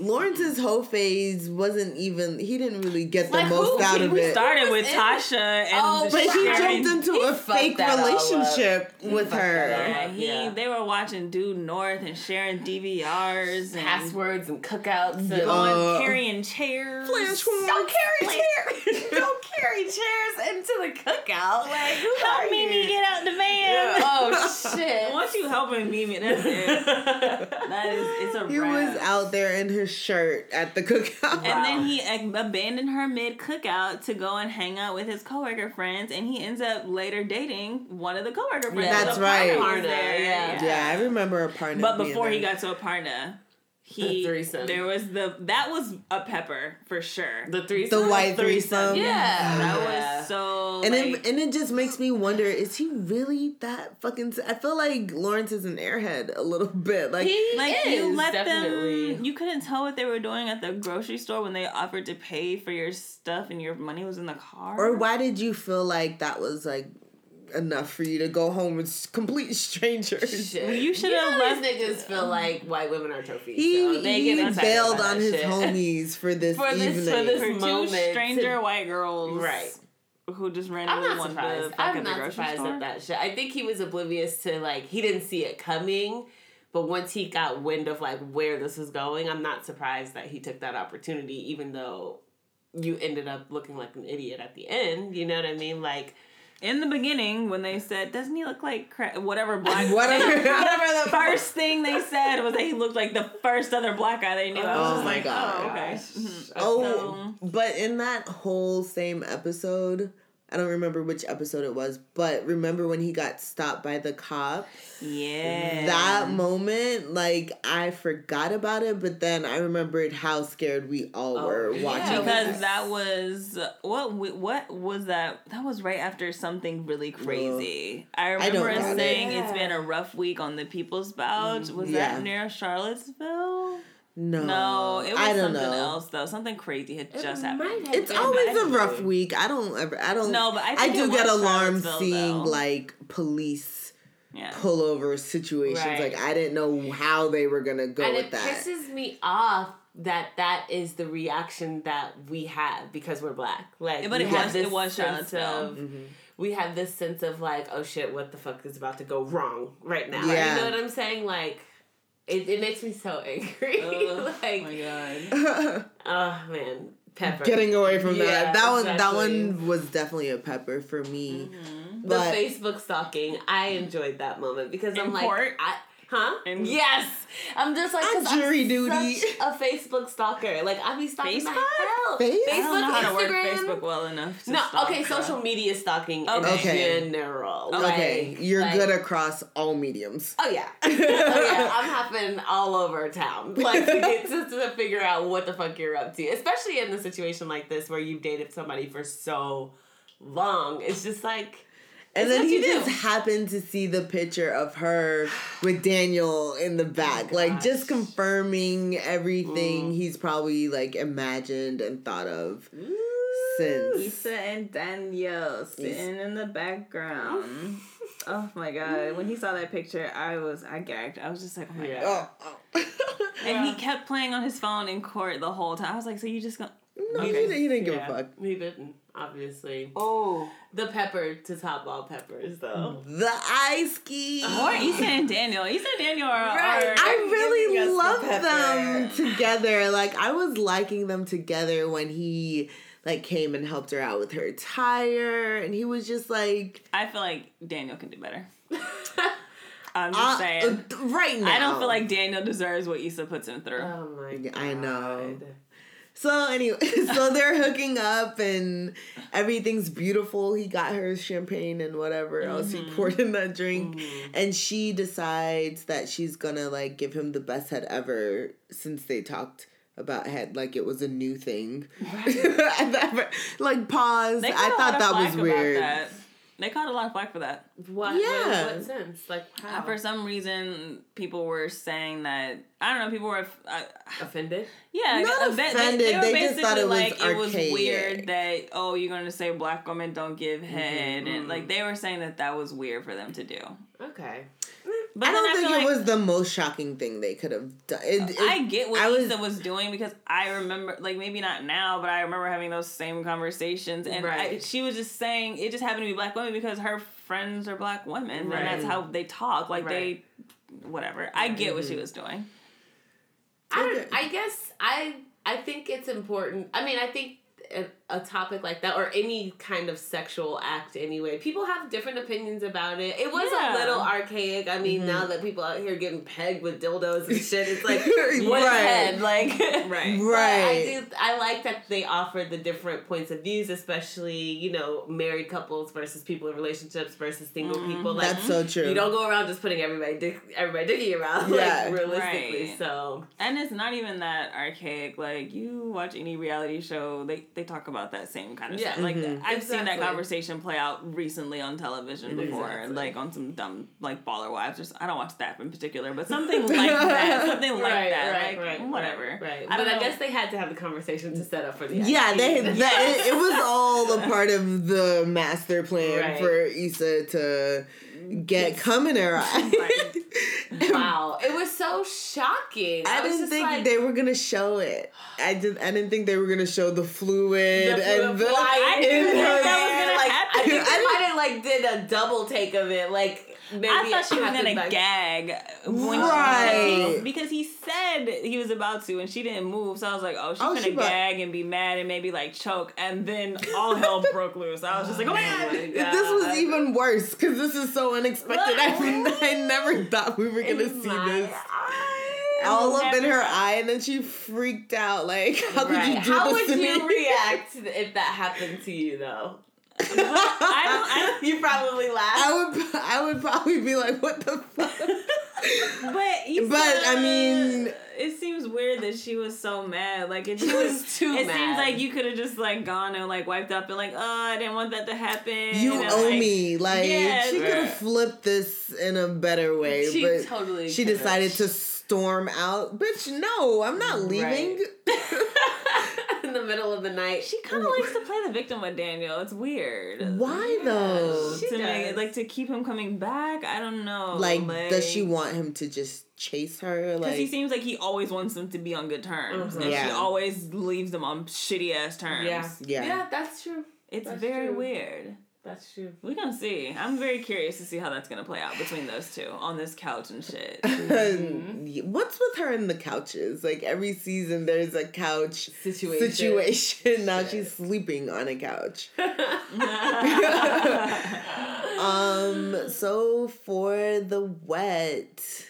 Speaker 2: Lawrence's whole phase wasn't even he didn't really get the
Speaker 1: Like, who-
Speaker 2: most out
Speaker 1: he
Speaker 2: of
Speaker 1: was
Speaker 2: it.
Speaker 3: Started with
Speaker 1: in-
Speaker 3: Tasha and
Speaker 1: Oh,
Speaker 2: but he
Speaker 3: Sharon.
Speaker 2: jumped into a
Speaker 1: fucked
Speaker 2: fake
Speaker 1: that all up.
Speaker 2: relationship
Speaker 1: fucked
Speaker 2: with
Speaker 1: that
Speaker 2: her.
Speaker 1: up.
Speaker 3: Yeah, he,
Speaker 1: Yeah.
Speaker 3: They were watching Dude North and sharing DVRs and
Speaker 1: Passwords and cookouts. And
Speaker 2: Uh,
Speaker 3: going carrying chairs.
Speaker 2: Flash forward.
Speaker 1: don't carry chairs. don't carry chairs into the cookout. Like, who are
Speaker 3: Help Mimi
Speaker 1: you?
Speaker 3: get out the van.
Speaker 1: Oh shit.
Speaker 3: Once you helping Mimi, that's it. That is, it's a
Speaker 2: He
Speaker 3: wrap.
Speaker 2: was out there in his shirt at the cookout.
Speaker 3: And
Speaker 1: Wow.
Speaker 3: then he ab- abandoned her mid cookout to go and hang out with his coworker friends, and he ends up later dating one of the coworker friends.
Speaker 1: That's
Speaker 3: Aparna
Speaker 2: right.
Speaker 3: was there,
Speaker 1: Aparna, yeah.
Speaker 2: yeah, I remember a partner.
Speaker 3: But
Speaker 2: being
Speaker 3: before he
Speaker 2: there.
Speaker 3: got to Aparna, He
Speaker 1: The threesome.
Speaker 3: there was the that was a pepper for sure.
Speaker 1: The threesome.
Speaker 2: the white threesome.
Speaker 3: yeah, that
Speaker 1: Yeah.
Speaker 3: was so.
Speaker 2: And it,
Speaker 3: like-
Speaker 2: and it just makes me wonder: Is he really that fucking? I feel like Lawrence is an airhead a little bit. Like
Speaker 1: He
Speaker 3: like
Speaker 1: is,
Speaker 3: you let
Speaker 1: definitely.
Speaker 3: them you couldn't tell what they were doing at the grocery store when they offered to pay for your stuff and your money was in the car
Speaker 2: Or why did you feel like that was like enough for you to go home with s- complete strangers?
Speaker 1: Shit.
Speaker 3: Well, you should
Speaker 1: know
Speaker 3: have
Speaker 1: these niggas feel like white women are trophies.
Speaker 2: He,
Speaker 1: so they
Speaker 2: he
Speaker 1: get excited
Speaker 2: bailed
Speaker 1: about
Speaker 2: on
Speaker 1: that
Speaker 2: his
Speaker 1: shit.
Speaker 2: homies for this
Speaker 1: For
Speaker 2: evening.
Speaker 1: this- for this-
Speaker 3: for two
Speaker 1: moment to-
Speaker 3: stranger white girls
Speaker 1: Right.
Speaker 3: who just
Speaker 1: I'm
Speaker 3: randomly
Speaker 1: not
Speaker 3: wanted to
Speaker 1: surprised.
Speaker 3: fuck
Speaker 1: I'm
Speaker 3: at the
Speaker 1: not
Speaker 3: grocery
Speaker 1: surprised
Speaker 3: store
Speaker 1: at that shit. I think he was oblivious to like he didn't see it coming, but once he got wind of like where this was going, I'm not surprised that he took that opportunity. Even though you ended up looking like an idiot at the end, you know what I mean? Like
Speaker 3: in the beginning when they said doesn't he look like cra-? whatever black
Speaker 2: Whatever-
Speaker 3: whatever the first thing they said was that he looked like the first other black guy they knew I was
Speaker 2: Oh
Speaker 3: just
Speaker 2: my
Speaker 3: like
Speaker 2: God.
Speaker 3: oh
Speaker 2: oh,
Speaker 3: okay
Speaker 2: but in that whole same episode, I don't remember which episode it was, but remember when he got stopped by the cop?
Speaker 3: yeah
Speaker 2: That moment, like I forgot about it, but then I remembered how scared we all
Speaker 1: Oh,
Speaker 2: were
Speaker 1: yeah.
Speaker 2: watching.
Speaker 3: because
Speaker 2: this.
Speaker 3: that was what w- what was that that was right after something really crazy i
Speaker 2: don't
Speaker 3: remember us
Speaker 2: got it. Mm,
Speaker 3: saying
Speaker 1: Yeah.
Speaker 3: it's been a rough week on the people's bouch was
Speaker 2: Yeah.
Speaker 3: that near charlottesville
Speaker 2: no,
Speaker 3: no it was
Speaker 2: I don't
Speaker 3: something
Speaker 2: know.
Speaker 3: else though something crazy had
Speaker 1: It
Speaker 3: just
Speaker 1: might
Speaker 3: happened
Speaker 1: have
Speaker 2: It's
Speaker 1: been
Speaker 2: always a
Speaker 1: actually-
Speaker 2: rough week. I don't ever. I don't.
Speaker 3: No, but I think
Speaker 2: do
Speaker 3: it
Speaker 2: get
Speaker 3: was
Speaker 2: alarmed
Speaker 3: Charlottesville,
Speaker 2: seeing
Speaker 3: though.
Speaker 2: like police
Speaker 3: yeah
Speaker 2: pullover situations.
Speaker 1: Right.
Speaker 2: Like I didn't know how they were gonna go
Speaker 1: and
Speaker 2: with
Speaker 1: it
Speaker 2: that.
Speaker 1: pisses me off that that is the reaction that we have because we're black. Like,
Speaker 3: Yeah, but
Speaker 1: we
Speaker 3: it
Speaker 1: have
Speaker 3: was-
Speaker 1: this
Speaker 3: it was
Speaker 1: sense
Speaker 3: Charlottesville.
Speaker 1: of
Speaker 2: Mm-hmm.
Speaker 1: we have this sense of like, oh shit, what the fuck is about to go wrong right now?
Speaker 2: Yeah.
Speaker 1: You know what I'm saying? Like, it, it makes me so angry.
Speaker 3: Ugh,
Speaker 1: like,
Speaker 3: oh my god
Speaker 1: oh man, pepper.
Speaker 2: Getting away from
Speaker 1: Yeah,
Speaker 2: that. That one. That
Speaker 1: exactly.
Speaker 2: one was definitely a pepper for me.
Speaker 1: Mm-hmm. the
Speaker 2: But
Speaker 1: Facebook stalking, I enjoyed that moment because I'm
Speaker 3: In
Speaker 1: like,
Speaker 3: court?
Speaker 1: I, huh?
Speaker 3: In-
Speaker 1: yes, I'm just like,
Speaker 2: On
Speaker 1: 'cause I'm
Speaker 2: jury duty.
Speaker 1: such a Facebook stalker. Like I be stalking
Speaker 3: Facebook?
Speaker 1: the hell.
Speaker 2: Face-
Speaker 1: Facebook,
Speaker 3: I don't know how to work
Speaker 1: Instagram.
Speaker 3: Facebook well enough. To
Speaker 1: No,
Speaker 3: stalk,
Speaker 1: okay,
Speaker 3: so.
Speaker 1: social media stalking
Speaker 2: Okay.
Speaker 1: in general.
Speaker 2: okay,
Speaker 1: Like-
Speaker 2: you're
Speaker 1: like-
Speaker 2: good across all mediums.
Speaker 1: Oh yeah. oh yeah, I'm hopping all over town, like to get to, to figure out what the fuck you're up to, especially in a situation like this where you've dated somebody for so long. It's just like
Speaker 2: And
Speaker 1: It's
Speaker 2: then
Speaker 1: what
Speaker 2: he
Speaker 1: you do.
Speaker 2: just happened to see the picture of her with Daniel in
Speaker 1: Oh
Speaker 2: the back, like just confirming everything
Speaker 1: Mm.
Speaker 2: he's probably like imagined and thought of
Speaker 1: Mm.
Speaker 2: since.
Speaker 3: and Daniel sitting in the background. Oh my god! When he saw that picture, I was I gagged. I was just like, oh my god!
Speaker 2: Oh, oh.
Speaker 3: And he kept playing on his phone in court the whole time. I was like, so you just go?
Speaker 2: no, he
Speaker 1: Okay.
Speaker 2: didn't, he didn't give
Speaker 1: yeah,
Speaker 2: a fuck.
Speaker 1: He didn't, obviously.
Speaker 3: Oh,
Speaker 1: The pepper to top all peppers though.
Speaker 2: The ice ski.
Speaker 3: or Issa and Daniel. Issa and Daniel are.
Speaker 1: Right,
Speaker 3: are
Speaker 2: I really
Speaker 3: giving us
Speaker 2: love
Speaker 3: the pepper.
Speaker 2: them together. Like I was liking them together when he like came and helped her out with her tire, and he was just like.
Speaker 3: I feel like Daniel can do better. I'm just
Speaker 2: Uh,
Speaker 3: saying.
Speaker 2: uh, th- right now.
Speaker 3: I don't feel like Daniel deserves what Issa puts him through.
Speaker 2: Uh,
Speaker 1: Oh my god.
Speaker 2: I know. So anyway, so they're hooking up and everything's beautiful. He got her champagne and whatever else he
Speaker 3: Mm-hmm.
Speaker 2: poured in that drink, and she decides that she's gonna like give him the best head ever since they talked about head like it was a new thing. I thought- like pause.
Speaker 3: They
Speaker 2: I
Speaker 3: caught a
Speaker 2: thought
Speaker 3: lot of
Speaker 2: that was
Speaker 3: flack about
Speaker 2: weird.
Speaker 3: that. They caught a lot of flack for that.
Speaker 1: What
Speaker 2: Yeah.
Speaker 1: yeah. what sense? Like
Speaker 3: Uh,
Speaker 2: Oh.
Speaker 1: how
Speaker 3: For some reason, people were saying that I don't know. People were, uh,
Speaker 1: offended?
Speaker 2: Not
Speaker 3: yeah, uh, they-
Speaker 2: offended,
Speaker 3: They, were
Speaker 2: they just
Speaker 3: basically
Speaker 2: thought it was
Speaker 3: like it was
Speaker 2: archaic. Mm-hmm,
Speaker 3: weird that oh, you're going to say black women don't give head, and like they were saying that that was weird for them to do.
Speaker 1: Okay.
Speaker 3: But
Speaker 2: I
Speaker 3: then
Speaker 2: don't think
Speaker 3: feel
Speaker 2: it
Speaker 3: like-
Speaker 2: was the most shocking thing they could have done. It, it-
Speaker 3: I get what
Speaker 2: I was-
Speaker 3: Issa was doing because I remember, like maybe not now, but I remember having those same conversations, and I,
Speaker 1: Right.
Speaker 3: she was just saying it just happened to be black women because her friends are black women,
Speaker 1: Right.
Speaker 3: and that's how they talk. Like
Speaker 1: Right.
Speaker 3: they, whatever. I get what
Speaker 2: Mm-hmm.
Speaker 3: she was doing.
Speaker 1: I
Speaker 2: Okay.
Speaker 1: don't, I guess I I think it's important. I mean, I think uh, a topic like that or any kind of sexual act anyway. People have different opinions about it. It was
Speaker 3: Yeah.
Speaker 1: a little archaic. I
Speaker 2: Mm-hmm.
Speaker 1: mean, now that people out here getting pegged with dildos and shit, it's like what
Speaker 2: Right.
Speaker 1: right. head like
Speaker 3: Right.
Speaker 1: But I
Speaker 2: Right.
Speaker 1: do. I like that they offer the different points of views, especially you know married couples versus people in relationships versus single
Speaker 3: Mm-hmm.
Speaker 1: people. Like
Speaker 2: That's so true.
Speaker 1: you don't go around just putting everybody dick, everybody dicky around.
Speaker 2: Yeah.
Speaker 1: like realistically,
Speaker 3: Right.
Speaker 1: so
Speaker 3: And it's not even that archaic. Like you watch any reality show, they they talk about that same kind of
Speaker 1: Yeah. mm-hmm.
Speaker 3: stuff. Like
Speaker 2: Mhm.
Speaker 3: I've seen that
Speaker 1: Exactly.
Speaker 3: conversation play out recently on television before,
Speaker 1: Exactly.
Speaker 3: like on some dumb like baller wives. Or s- I don't watch that in particular, but something like that, something like that, like whatever.
Speaker 1: Right.
Speaker 3: I
Speaker 1: but
Speaker 3: don't
Speaker 1: I
Speaker 3: know.
Speaker 1: guess they had to have the conversation to set up for the
Speaker 2: Yeah, they,
Speaker 1: act.
Speaker 2: that, it, it was all a part of the master plan
Speaker 1: Right.
Speaker 2: for Issa to get cum in her eye.
Speaker 1: wow. It was so shocking.
Speaker 2: I
Speaker 1: was
Speaker 2: didn't
Speaker 1: just
Speaker 2: think
Speaker 1: like,
Speaker 2: they were gonna show it. I did. I didn't think they were gonna show the fluid,
Speaker 1: The fluid
Speaker 2: and the.
Speaker 1: flying. I
Speaker 3: didn't
Speaker 2: in
Speaker 3: think
Speaker 2: her-
Speaker 3: that was gonna
Speaker 2: like,
Speaker 3: happen.
Speaker 1: I think
Speaker 2: I
Speaker 1: I didn't like did a double take of it. Like maybe
Speaker 3: I thought
Speaker 1: it
Speaker 3: she was
Speaker 1: happened
Speaker 3: gonna
Speaker 1: back-
Speaker 3: gag when
Speaker 2: Right.
Speaker 3: she because he said he was about to and she didn't move. So I was like, oh, she's
Speaker 2: Oh,
Speaker 3: gonna
Speaker 2: she about-
Speaker 3: gag and be mad and maybe like choke, and then all hell broke loose. I was just like, oh my god.
Speaker 1: my
Speaker 2: If This was
Speaker 1: God.
Speaker 2: even worse because this is so unexpected. I, I never thought we were gonna see
Speaker 1: My
Speaker 2: this.
Speaker 1: eye.
Speaker 2: All up in
Speaker 3: Never.
Speaker 2: her eye, and then she freaked out. Like, how could you
Speaker 1: Right.
Speaker 2: do
Speaker 1: How
Speaker 2: this
Speaker 1: would
Speaker 2: to
Speaker 1: you
Speaker 2: me?
Speaker 1: react if that happened to you though?
Speaker 3: I
Speaker 1: you probably laughed.
Speaker 2: I would. I would probably be like, what the fuck?
Speaker 3: But Issa,
Speaker 2: But, I mean-
Speaker 3: it seems weird that she was so mad. Like it
Speaker 1: She was
Speaker 3: seems-
Speaker 1: too
Speaker 3: It seems
Speaker 1: mad.
Speaker 3: like you could have just like gone and like wiped up and like, oh, I didn't want that to happen.
Speaker 2: you
Speaker 3: and,
Speaker 2: owe
Speaker 3: like,
Speaker 2: me. Like,
Speaker 3: Yeah,
Speaker 2: she could
Speaker 1: right.
Speaker 2: have flipped this in a better way,
Speaker 1: She
Speaker 2: but
Speaker 1: totally
Speaker 2: she
Speaker 1: could've.
Speaker 2: decided to storm out. Bitch, no, I'm not leaving.
Speaker 1: in the middle of the night.
Speaker 3: She kind of likes to play the victim with Daniel. It's weird.
Speaker 2: Why though?
Speaker 1: She
Speaker 3: to make
Speaker 1: does.
Speaker 3: like to keep him coming back. I don't know.
Speaker 2: Like, does she want him to just chase her?
Speaker 3: Because
Speaker 2: Like, Mm-hmm.
Speaker 3: he seems like he always wants them to be on good terms,
Speaker 1: Mhm.
Speaker 3: and she
Speaker 2: Yeah.
Speaker 3: always leaves them on shitty ass terms.
Speaker 1: yeah.
Speaker 2: Yeah.
Speaker 1: that's true.
Speaker 3: it's
Speaker 1: That's
Speaker 3: very
Speaker 1: true.
Speaker 3: weird.
Speaker 1: That's true.
Speaker 3: We're gonna see. I'm very curious to see how that's gonna play out between those two on this couch and shit.
Speaker 2: what's with her and the couches? Like every season, there's a couch
Speaker 1: Situation.
Speaker 2: situation. Now she's sleeping on a couch. um so for the wet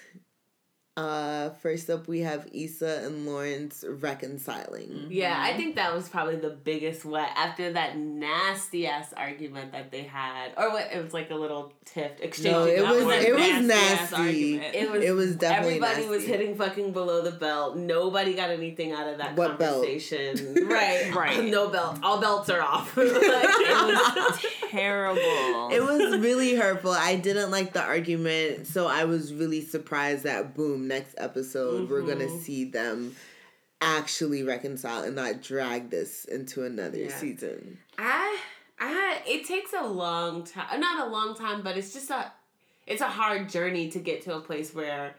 Speaker 2: uh first up we have Issa and Lawrence reconciling.
Speaker 1: Yeah,
Speaker 2: Mm-hmm.
Speaker 1: I think that was probably the biggest what after that nasty ass argument that they had, or what it was like a little tiff exchange.
Speaker 2: No, it
Speaker 1: of
Speaker 2: was
Speaker 1: words.
Speaker 2: it was
Speaker 3: nasty-ass
Speaker 2: nasty.
Speaker 3: argument.
Speaker 1: It was.
Speaker 2: It was definitely
Speaker 1: everybody was
Speaker 2: nasty.
Speaker 1: hitting fucking below the belt. Nobody got anything out of that
Speaker 2: What belt?
Speaker 1: conversation. right,
Speaker 3: Right.
Speaker 1: No belt. All belts are off. Like, it was-
Speaker 3: Terrible.
Speaker 2: It was really hurtful. I didn't like the argument, so I was really surprised that boom, next episode we're
Speaker 1: Mm-hmm.
Speaker 2: gonna see them actually reconcile and not drag this into another
Speaker 1: Yeah.
Speaker 2: season.
Speaker 1: I, I, it takes a long time. Not a long time, but it's just a, it's a hard journey to get to a place where,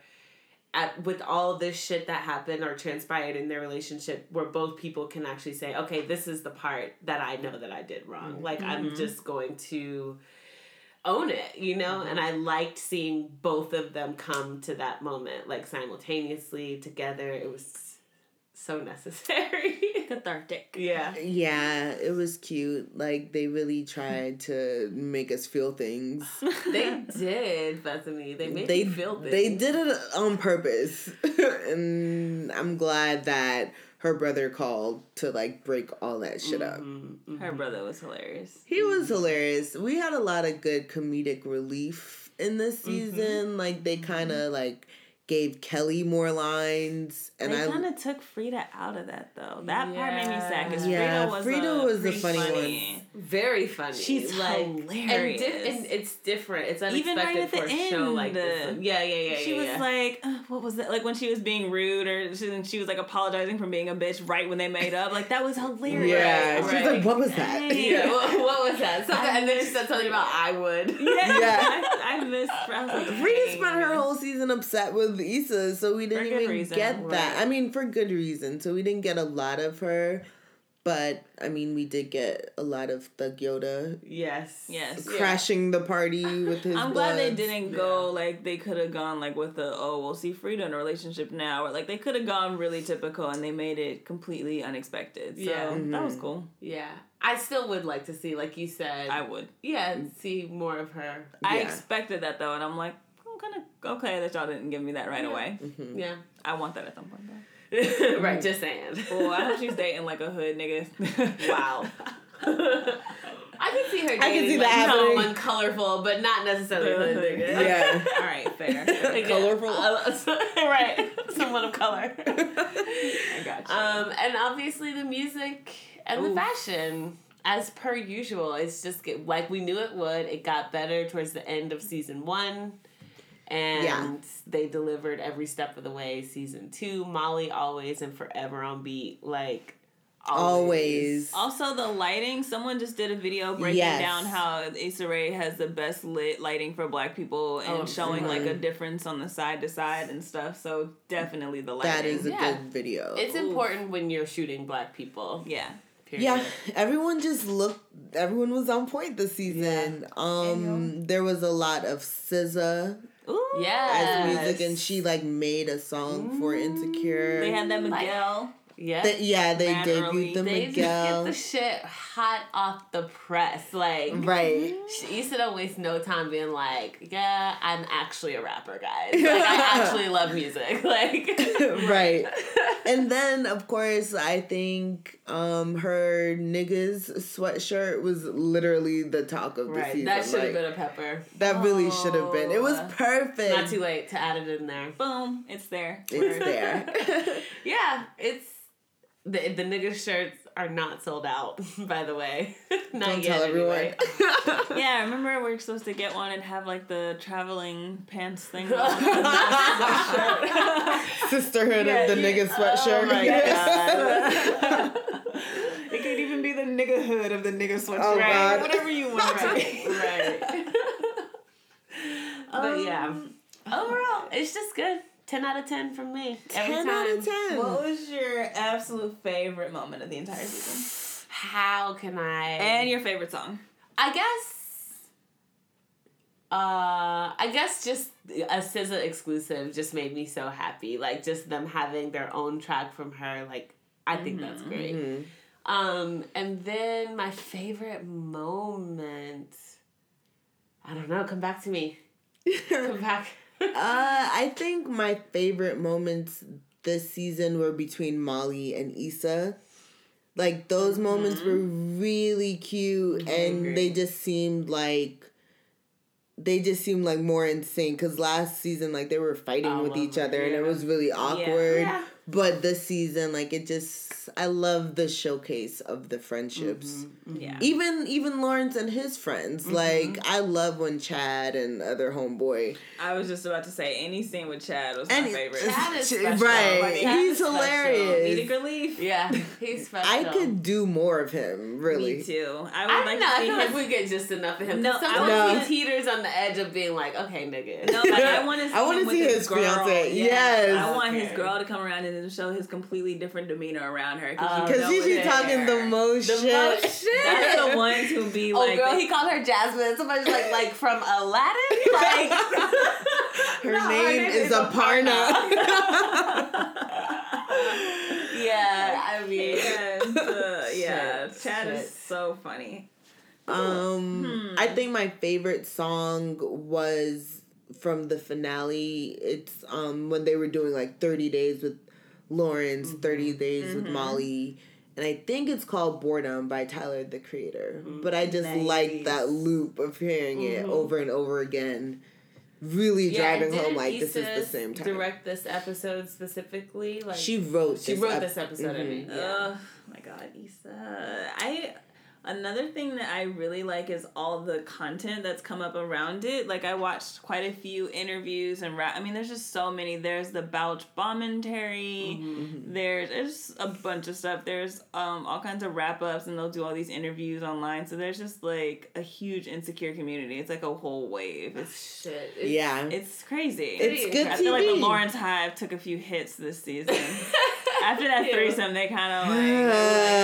Speaker 1: at, with all this shit that happened or transpired in their relationship, where both people can actually say, okay, this is the part that I know that I did wrong. Like I'm just going to own it, you know? And I liked seeing both of them come to that moment, like simultaneously together. It was so necessary.
Speaker 3: cathartic.
Speaker 1: yeah.
Speaker 2: Yeah, it was cute. Like they really tried to make us feel things.
Speaker 1: They did, Bethany. They made
Speaker 2: They
Speaker 1: me feel things.
Speaker 2: They did it on purpose, and I'm glad that her brother called to like break all that shit up.
Speaker 1: Mm-hmm. Mm,
Speaker 3: Her brother was hilarious.
Speaker 2: He was hilarious. We had a lot of good comedic relief in this
Speaker 1: Mm-hmm.
Speaker 2: season. Like they kind of like gave Kelly more lines, and
Speaker 3: they
Speaker 2: I
Speaker 3: kind of took Frida out of that though. That part made me sad because
Speaker 2: Yeah,
Speaker 3: Frida was
Speaker 2: Frida
Speaker 3: a,
Speaker 2: was the
Speaker 3: pretty
Speaker 2: funny one.
Speaker 1: Very funny.
Speaker 3: She's
Speaker 1: and di-
Speaker 3: hilarious.
Speaker 1: and it's different. It's unexpected
Speaker 3: Even right at
Speaker 1: for
Speaker 3: the
Speaker 1: a show
Speaker 3: end,
Speaker 1: like this.
Speaker 3: uh,
Speaker 1: Yeah, yeah, yeah.
Speaker 3: She
Speaker 1: yeah,
Speaker 3: was
Speaker 1: yeah.
Speaker 3: like, uh, what was that? Like when she was being rude, or she, and she was like apologizing for being a bitch right when they made up. Like that was hilarious.
Speaker 2: yeah,
Speaker 1: right,
Speaker 2: she was
Speaker 1: right.
Speaker 2: like, "What was that?"
Speaker 3: Hey.
Speaker 1: yeah. What, what was that? Something, and then she said something about I would.
Speaker 3: Yeah,
Speaker 2: Yeah.
Speaker 3: I, I missed. I was like,
Speaker 2: Rita
Speaker 3: dang.
Speaker 2: spent her whole season upset with Issa, so we didn't
Speaker 3: good
Speaker 2: even
Speaker 3: reason,
Speaker 2: get that.
Speaker 1: right.
Speaker 2: I mean, for good reason. So we didn't get a lot of her. But I mean, we did get a lot of Thug Yoda
Speaker 1: Yes.
Speaker 3: Yes. Yeah.
Speaker 2: crashing the party with his.
Speaker 3: I'm glad they
Speaker 2: bloods.
Speaker 3: didn't go like they could have gone like with the oh we'll see Frida in a relationship now or like they could have gone really typical and they made it completely unexpected. So
Speaker 1: Yeah.
Speaker 3: that was cool.
Speaker 1: Yeah. I still would like to see, like you said.
Speaker 3: I would.
Speaker 1: yeah, see more of her.
Speaker 3: I
Speaker 2: Yeah.
Speaker 3: expected that though, and I'm like, I'm kind of okay that y'all didn't give me that right
Speaker 1: Yeah.
Speaker 3: away.
Speaker 2: Mm.
Speaker 1: Yeah.
Speaker 3: I want that at some point. though. Mm.
Speaker 1: right, just saying.
Speaker 3: Oh, I hope she's dating like a hood nigga.
Speaker 1: Wow. I can see her dating,
Speaker 2: can see
Speaker 1: like,
Speaker 2: that
Speaker 1: someone
Speaker 2: happening.
Speaker 1: colorful, but not necessarily
Speaker 3: Uh,
Speaker 1: hood nigga.
Speaker 2: Yeah.
Speaker 3: All right, fair.
Speaker 1: Like,
Speaker 3: I
Speaker 2: Colorful?
Speaker 1: uh, right. Someone of color.
Speaker 3: got you.
Speaker 1: Um, and obviously the music and the
Speaker 3: Oof.
Speaker 1: fashion, as per usual, it's just get, like we knew it would. It got better towards the end of season one, and
Speaker 2: Yeah.
Speaker 1: they delivered every step of the way. Season two, Molly always and forever on beat, like
Speaker 2: Always.
Speaker 3: also, the lighting. Someone just did a video breaking
Speaker 2: Yes.
Speaker 3: down how Issa Rae has the best lit lighting for Black people and
Speaker 1: Oh,
Speaker 3: showing like a
Speaker 2: mhm.
Speaker 3: difference on the side to side and stuff. So definitely the lighting.
Speaker 2: That is a
Speaker 1: Yeah.
Speaker 2: good video.
Speaker 1: It's
Speaker 3: Oof.
Speaker 1: important when you're shooting black people.
Speaker 3: yeah.
Speaker 1: Period.
Speaker 2: Yeah, everyone just looked. Everyone was on point this season. Um, there was a lot of SZA
Speaker 3: Ooh.
Speaker 1: Yes. Mm.
Speaker 2: as music, and she like made a song for Insecure.
Speaker 3: They had that Miguel.
Speaker 1: Yeah.
Speaker 2: Th- yeah, they
Speaker 3: Mad early.
Speaker 2: debuted the
Speaker 1: They just get
Speaker 2: Miguel.
Speaker 1: the shit hot off the press. Like
Speaker 2: right.
Speaker 1: She- Issa don't waste no time being like, yeah, I'm actually a rapper, guys. Like, I actually love music. Like,
Speaker 2: right. And then of course I think um her niggas sweatshirt was literally the talk of the
Speaker 1: right.
Speaker 2: season.
Speaker 1: That should have
Speaker 2: Like,
Speaker 1: been a pepper.
Speaker 2: that really should have been. It was
Speaker 3: Oh.
Speaker 2: perfect.
Speaker 1: Not too late to add it in there.
Speaker 3: Boom. It's there.
Speaker 2: it's there.
Speaker 1: Yeah, it's the the nigga shirts are not sold out. By the way, not
Speaker 2: Don't
Speaker 1: yet.
Speaker 2: tell everyone.
Speaker 1: anyway.
Speaker 3: Yeah, I remember we are supposed to get one and have like the traveling pants thing.
Speaker 2: Sisterhood
Speaker 3: Yeah,
Speaker 2: of the
Speaker 3: yeah.
Speaker 2: nigga sweatshirt.
Speaker 3: Oh my
Speaker 1: God.
Speaker 3: it could even be the nigga hood of the nigga sweatshirt.
Speaker 2: Oh, God.
Speaker 3: Whatever you want.
Speaker 1: right, right. But yeah,
Speaker 3: Um,
Speaker 1: overall, it's just good. Ten out of ten from me. Every
Speaker 2: 10
Speaker 1: time.
Speaker 2: out of 10.
Speaker 3: What was your absolute favorite moment of the entire season?
Speaker 1: How can I?
Speaker 3: And your favorite song?
Speaker 1: I guess. Uh, I guess just a SZA exclusive just made me so happy. Like just them having their own track from her, like I think that's
Speaker 3: Mm-hmm.
Speaker 1: great.
Speaker 2: Mhm.
Speaker 1: Um, and then my favorite moment. I don't know. Come back to me. Come back.
Speaker 2: Uh, I think my favorite moments this season were between Molly and Issa. Like those
Speaker 1: Mm-hmm.
Speaker 2: moments were really cute, and they just seemed like they just seemed like more in sync. Cause last season, like they were fighting
Speaker 1: All
Speaker 2: with each
Speaker 1: over,
Speaker 2: other, and it
Speaker 1: yeah.
Speaker 2: was really awkward.
Speaker 1: Yeah.
Speaker 2: But this season, like it just, I love the showcase of the friendships
Speaker 1: Mm-hmm.
Speaker 3: Yeah.
Speaker 2: even even Lawrence and his friends. Like I love when Chad and other homeboy
Speaker 3: I was just about to say any scene with Chad was
Speaker 2: and
Speaker 3: my favorite.
Speaker 1: Chad is
Speaker 2: Ch-
Speaker 1: special.
Speaker 2: right,
Speaker 1: Like, Chad
Speaker 2: he's
Speaker 1: is special.
Speaker 3: Need a
Speaker 2: hilarious.
Speaker 3: relief.
Speaker 1: yeah, he's special.
Speaker 2: I could do more of him, really.
Speaker 3: Me too. I would
Speaker 1: I don't
Speaker 3: like
Speaker 1: know. I feel
Speaker 3: to see him.
Speaker 1: like we get just enough of him.
Speaker 3: No,
Speaker 1: No,
Speaker 3: I
Speaker 1: sometimes
Speaker 2: wanna-
Speaker 1: he teeters on the edge of being like, okay, nigga.
Speaker 3: No, like, I want to see,
Speaker 2: I wanna
Speaker 3: him with
Speaker 2: see
Speaker 3: his,
Speaker 2: his
Speaker 3: girl.
Speaker 2: fiancé.
Speaker 3: Yeah.
Speaker 2: Yes.
Speaker 3: I want his
Speaker 1: Okay.
Speaker 3: girl to come around and then show his completely different demeanor around her.
Speaker 1: Um,
Speaker 2: Because
Speaker 1: No,
Speaker 2: he be
Speaker 1: it's
Speaker 2: talking the most
Speaker 1: The
Speaker 2: shit.
Speaker 1: most shit.
Speaker 3: That's the ones who be
Speaker 1: Oh
Speaker 3: like,
Speaker 1: girl, he called her Jasmine. Somebody's like, like from Aladdin. Like,
Speaker 2: Her,
Speaker 1: No,
Speaker 2: name is Aparna.
Speaker 1: yeah, I mean,
Speaker 3: And, uh, yeah,
Speaker 1: Shit,
Speaker 3: Chad
Speaker 1: shit.
Speaker 3: is so funny.
Speaker 1: Hmm.
Speaker 2: um, I think my favorite song was from the finale. It's um when they were doing like thirty days with Lawrence,
Speaker 1: Mm-hmm.
Speaker 2: thirty days with Molly. And I think it's called Boredom by Tyler the Creator.
Speaker 1: Mm,
Speaker 2: But I just like
Speaker 3: Nice.
Speaker 2: that loop of hearing
Speaker 1: Mm-hmm.
Speaker 2: it over and over again. Really driving home like this is the same time.
Speaker 1: Direct this episode specifically. Like
Speaker 2: she wrote
Speaker 1: she
Speaker 2: this
Speaker 1: wrote
Speaker 2: ep-
Speaker 1: this episode. I
Speaker 2: Mhm.
Speaker 1: mean, yeah.
Speaker 3: Oh my god, Issa. I another thing that I really like is all the content that's come up around it. Like I watched quite a few interviews and ra- I mean there's just so many. There's the Bouch Bomentary.
Speaker 2: Mm-hmm.
Speaker 3: There's there's a bunch of stuff. There's um all kinds of wrap ups and they'll do all these interviews online. So there's just like a huge insecure community. It's like a whole wave. It's
Speaker 1: shit. It's-
Speaker 2: Yeah.
Speaker 3: it's crazy.
Speaker 2: It's good
Speaker 3: I feel like the
Speaker 2: TV.
Speaker 3: Lawrence Hive took a few hits this season. After that threesome, they kind of
Speaker 2: Uh,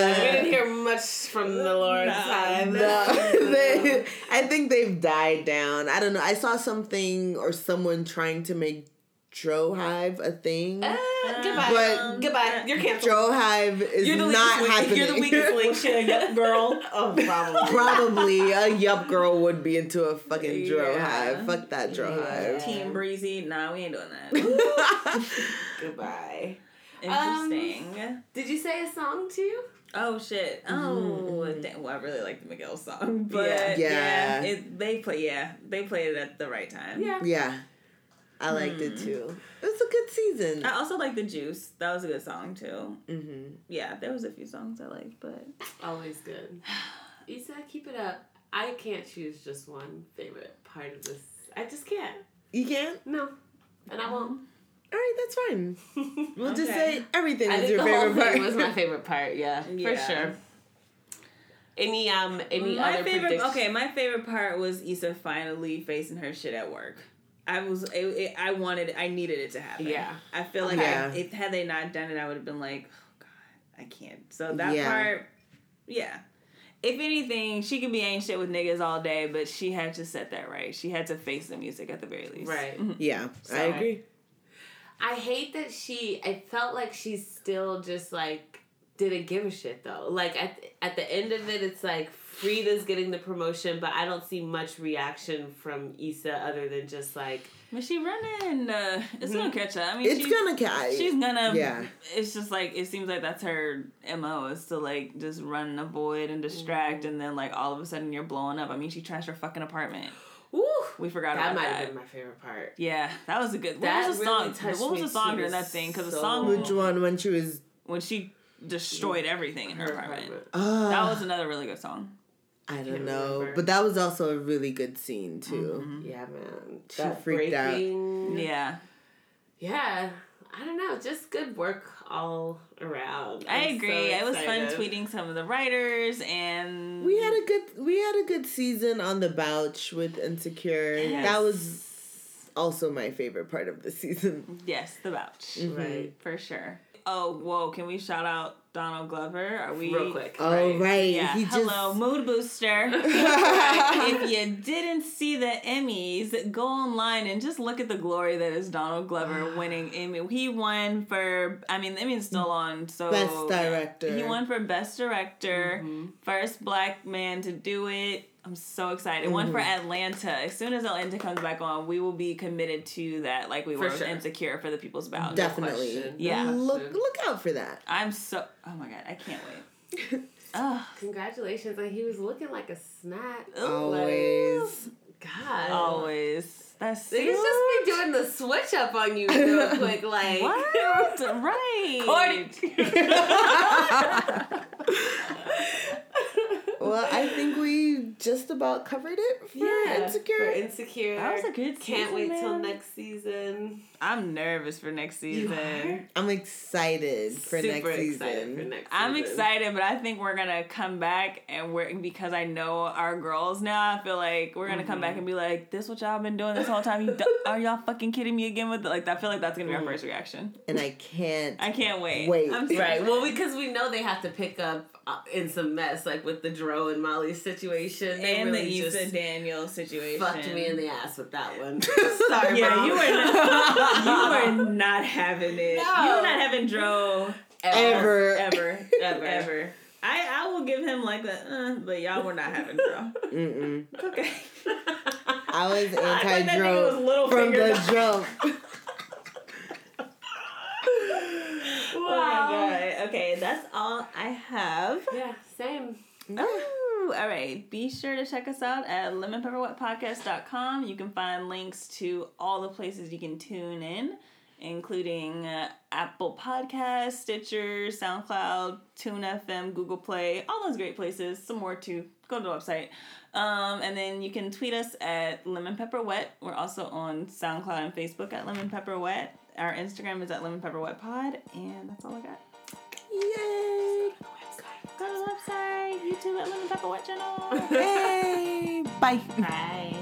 Speaker 3: like.
Speaker 1: We didn't hear much from the Lord's
Speaker 3: No.
Speaker 1: side.
Speaker 2: No, they, I think they've died down. I don't know. I saw something or someone trying to make Drohive a thing.
Speaker 1: Uh, goodbye.
Speaker 2: But-
Speaker 1: goodbye. You're canceled.
Speaker 2: Drohive is
Speaker 1: You're the weakest
Speaker 2: not
Speaker 1: link.
Speaker 2: happening.
Speaker 1: You're the weakest link. Shit, yep, girl. Oh, probably.
Speaker 2: Probably a yup girl would be into a fucking Drohive.
Speaker 3: Yeah.
Speaker 2: Fuck that Drohive.
Speaker 3: Team Breezy, nah, we ain't doing that.
Speaker 1: goodbye.
Speaker 2: Um,
Speaker 3: Interesting.
Speaker 1: Did you say a song too?
Speaker 3: oh shit. Oh, damn. well, I really like the Miguel song, but
Speaker 1: Yeah.
Speaker 3: yeah,
Speaker 2: Mm-hmm. Yeah.
Speaker 3: it, they play. Yeah, they played it at the right
Speaker 2: Um,
Speaker 3: time.
Speaker 1: Yeah.
Speaker 2: yeah, I liked it
Speaker 1: Hmm.
Speaker 2: too. It was a good season.
Speaker 1: Oh.
Speaker 3: I also like the Juice. That was a good song too.
Speaker 2: Mm-hmm.
Speaker 3: Yeah, there was a few songs I liked, but
Speaker 1: Always good. Issa, keep it up. I can't choose just one favorite part of this. I just can't.
Speaker 2: You can't?
Speaker 1: No. And I won't.
Speaker 2: All right, that's fine. We'll just
Speaker 3: Okay.
Speaker 2: say everything
Speaker 1: I
Speaker 2: is
Speaker 1: think
Speaker 2: your
Speaker 1: the
Speaker 2: favorite
Speaker 1: whole thing
Speaker 2: part.
Speaker 1: Mm-hmm. was my favorite part. Yeah,
Speaker 3: Yeah.
Speaker 1: for sure. Any um any
Speaker 3: my
Speaker 1: other
Speaker 3: favorite.
Speaker 1: prediction-
Speaker 3: Okay, my favorite part was Issa finally facing her shit at work. I was. It, it, I wanted. I needed it to happen.
Speaker 1: Yeah.
Speaker 3: I feel like
Speaker 2: Yeah.
Speaker 3: I, if had they not done it, I would have been like, oh god, I can't. So that
Speaker 2: Yeah.
Speaker 3: part, yeah. If anything, she could be ain't shit with niggas all day, but she had to set that right. She had to face the music at the very least. Mm-hmm.
Speaker 1: Right.
Speaker 2: yeah, I
Speaker 3: So-
Speaker 2: agree.
Speaker 1: I hate that she. I felt like she still just like didn't give a shit though. Like at at the end of it, it's like Frida's getting the promotion, but I don't see much reaction from Issa other than just like
Speaker 3: But she running. Uh, it's gonna catch up. I mean,
Speaker 2: It's
Speaker 3: she's,
Speaker 2: gonna catch.
Speaker 3: She's gonna.
Speaker 2: Yeah.
Speaker 3: It's just like it seems like that's her mo is to like just run and avoid and distract, and then like all of a sudden you're blowing up. I mean, she trashed her fucking apartment.
Speaker 1: woo.
Speaker 3: We forgot
Speaker 1: That
Speaker 3: about
Speaker 1: might
Speaker 3: that.
Speaker 1: have been my favorite part.
Speaker 3: Yeah, that was a good.
Speaker 1: That
Speaker 3: What was the
Speaker 1: really
Speaker 3: song?
Speaker 1: touched
Speaker 3: what was
Speaker 1: me
Speaker 3: the song
Speaker 1: to
Speaker 3: during
Speaker 1: the
Speaker 3: that thing? Because the
Speaker 1: soul.
Speaker 3: song
Speaker 2: Which one? When she was.
Speaker 3: when she destroyed everything in her apartment.
Speaker 2: Uh,
Speaker 3: That was another really good song.
Speaker 2: I
Speaker 1: can't
Speaker 2: don't know,
Speaker 1: remember.
Speaker 2: but that was also a really good scene too.
Speaker 3: Mm-hmm.
Speaker 1: Yeah, man.
Speaker 2: She
Speaker 1: That
Speaker 2: freaked out.
Speaker 1: breaking-
Speaker 3: Yeah,
Speaker 1: Yeah. I don't know. Just good work all around.
Speaker 3: I
Speaker 1: I'm so
Speaker 3: agree. it was fun
Speaker 1: excited.
Speaker 3: tweeting some of the writers and
Speaker 2: We had a good we had a good season on the bouch with Insecure. That was also my favorite part of the season.
Speaker 3: yes the vouch
Speaker 2: Mm-hmm.
Speaker 1: Right.
Speaker 3: for sure. Oh whoa! Can we shout out Donald Glover? Are we
Speaker 1: Real quick.
Speaker 2: Oh right,
Speaker 3: Yeah.
Speaker 2: he
Speaker 3: Hello,
Speaker 2: just
Speaker 3: mood booster. if you didn't see the Emmys, go online and just look at the glory that is Donald Glover winning Emmy. He won for. I mean, the Emmy's still on. So
Speaker 2: Best Director. Mm-hmm.
Speaker 3: He won for best director. First black man to do it. I'm so excited. One for
Speaker 2: Mm-hmm.
Speaker 3: Atlanta. As soon as Atlanta comes back on, we will be committed to that, like we were with
Speaker 1: sure.
Speaker 3: insecure for the People's Bound.
Speaker 2: definitely
Speaker 1: question.
Speaker 3: Yeah.
Speaker 2: look look out for that.
Speaker 3: I'm so. Oh my god, I can't wait. Ugh.
Speaker 1: Congratulations. Like he was looking like a snack.
Speaker 2: Always.
Speaker 1: God.
Speaker 3: Always. That's
Speaker 1: They
Speaker 3: so-
Speaker 1: just be doing the switch up on you real quick, like
Speaker 3: What? right.
Speaker 1: Corny.
Speaker 2: Well, I think we just about covered it for
Speaker 1: Yeah,
Speaker 2: Insecure.
Speaker 1: for insecure.
Speaker 3: That was a good
Speaker 1: Can't
Speaker 3: season,
Speaker 1: wait till
Speaker 3: man.
Speaker 1: next season.
Speaker 3: I'm nervous for next season.
Speaker 2: I'm excited for
Speaker 1: Super
Speaker 2: next season.
Speaker 1: excited for next
Speaker 3: I'm
Speaker 1: season.
Speaker 3: excited, but I think we're gonna come back and we're because I know our girls now. I feel like we're gonna come back and be like, "This what y'all been doing this whole time? You d- are y'all fucking kidding me again with the-" like?" I feel like that's gonna be our first reaction.
Speaker 2: and I can't.
Speaker 3: I can't wait.
Speaker 2: Wait.
Speaker 3: I'm serious.
Speaker 1: Right. Well, because we know they have to pick up uh, in some mess, like with the Dro and Molly situation. They
Speaker 3: and
Speaker 1: really
Speaker 3: the
Speaker 1: just
Speaker 3: Issa Daniel situation.
Speaker 1: fucked me in the ass with that one. Sorry,
Speaker 3: yeah,
Speaker 1: Mom.
Speaker 3: you were not, you were not having it. You
Speaker 1: No.
Speaker 3: were not having Dro
Speaker 2: Ever.
Speaker 3: ever,
Speaker 1: Ever.
Speaker 3: ever, ever. I, I will give him like a, uh, but y'all were not having Dro.
Speaker 2: Mm-mm.
Speaker 3: It's okay. Oh
Speaker 2: I was
Speaker 3: I thought that nigga was
Speaker 2: anti-drone
Speaker 3: little
Speaker 2: from
Speaker 3: finger.
Speaker 2: the jump.
Speaker 3: Oh my god. Okay, that's all I have.
Speaker 1: Yeah, same.
Speaker 3: Ooh, all right. Be sure to check us out at lemonpepperwetpodcast.com. You can find links to all the places you can tune in, including uh, Apple Podcasts, Stitcher, SoundCloud, Tune FM, Google Play, all those great places. Some more too. Go to the website. Um, and then you can tweet us at Lemon Pepper Wet. We're also on SoundCloud and Facebook at Lemon Pepper Wet. Our Instagram is at Lemon Pepper Wet Pod. And that's all I got.
Speaker 2: Yay!
Speaker 3: Go to the website, YouTube at Lemon Pepper Wet Channel.
Speaker 2: Yay! Bye.
Speaker 3: Bye.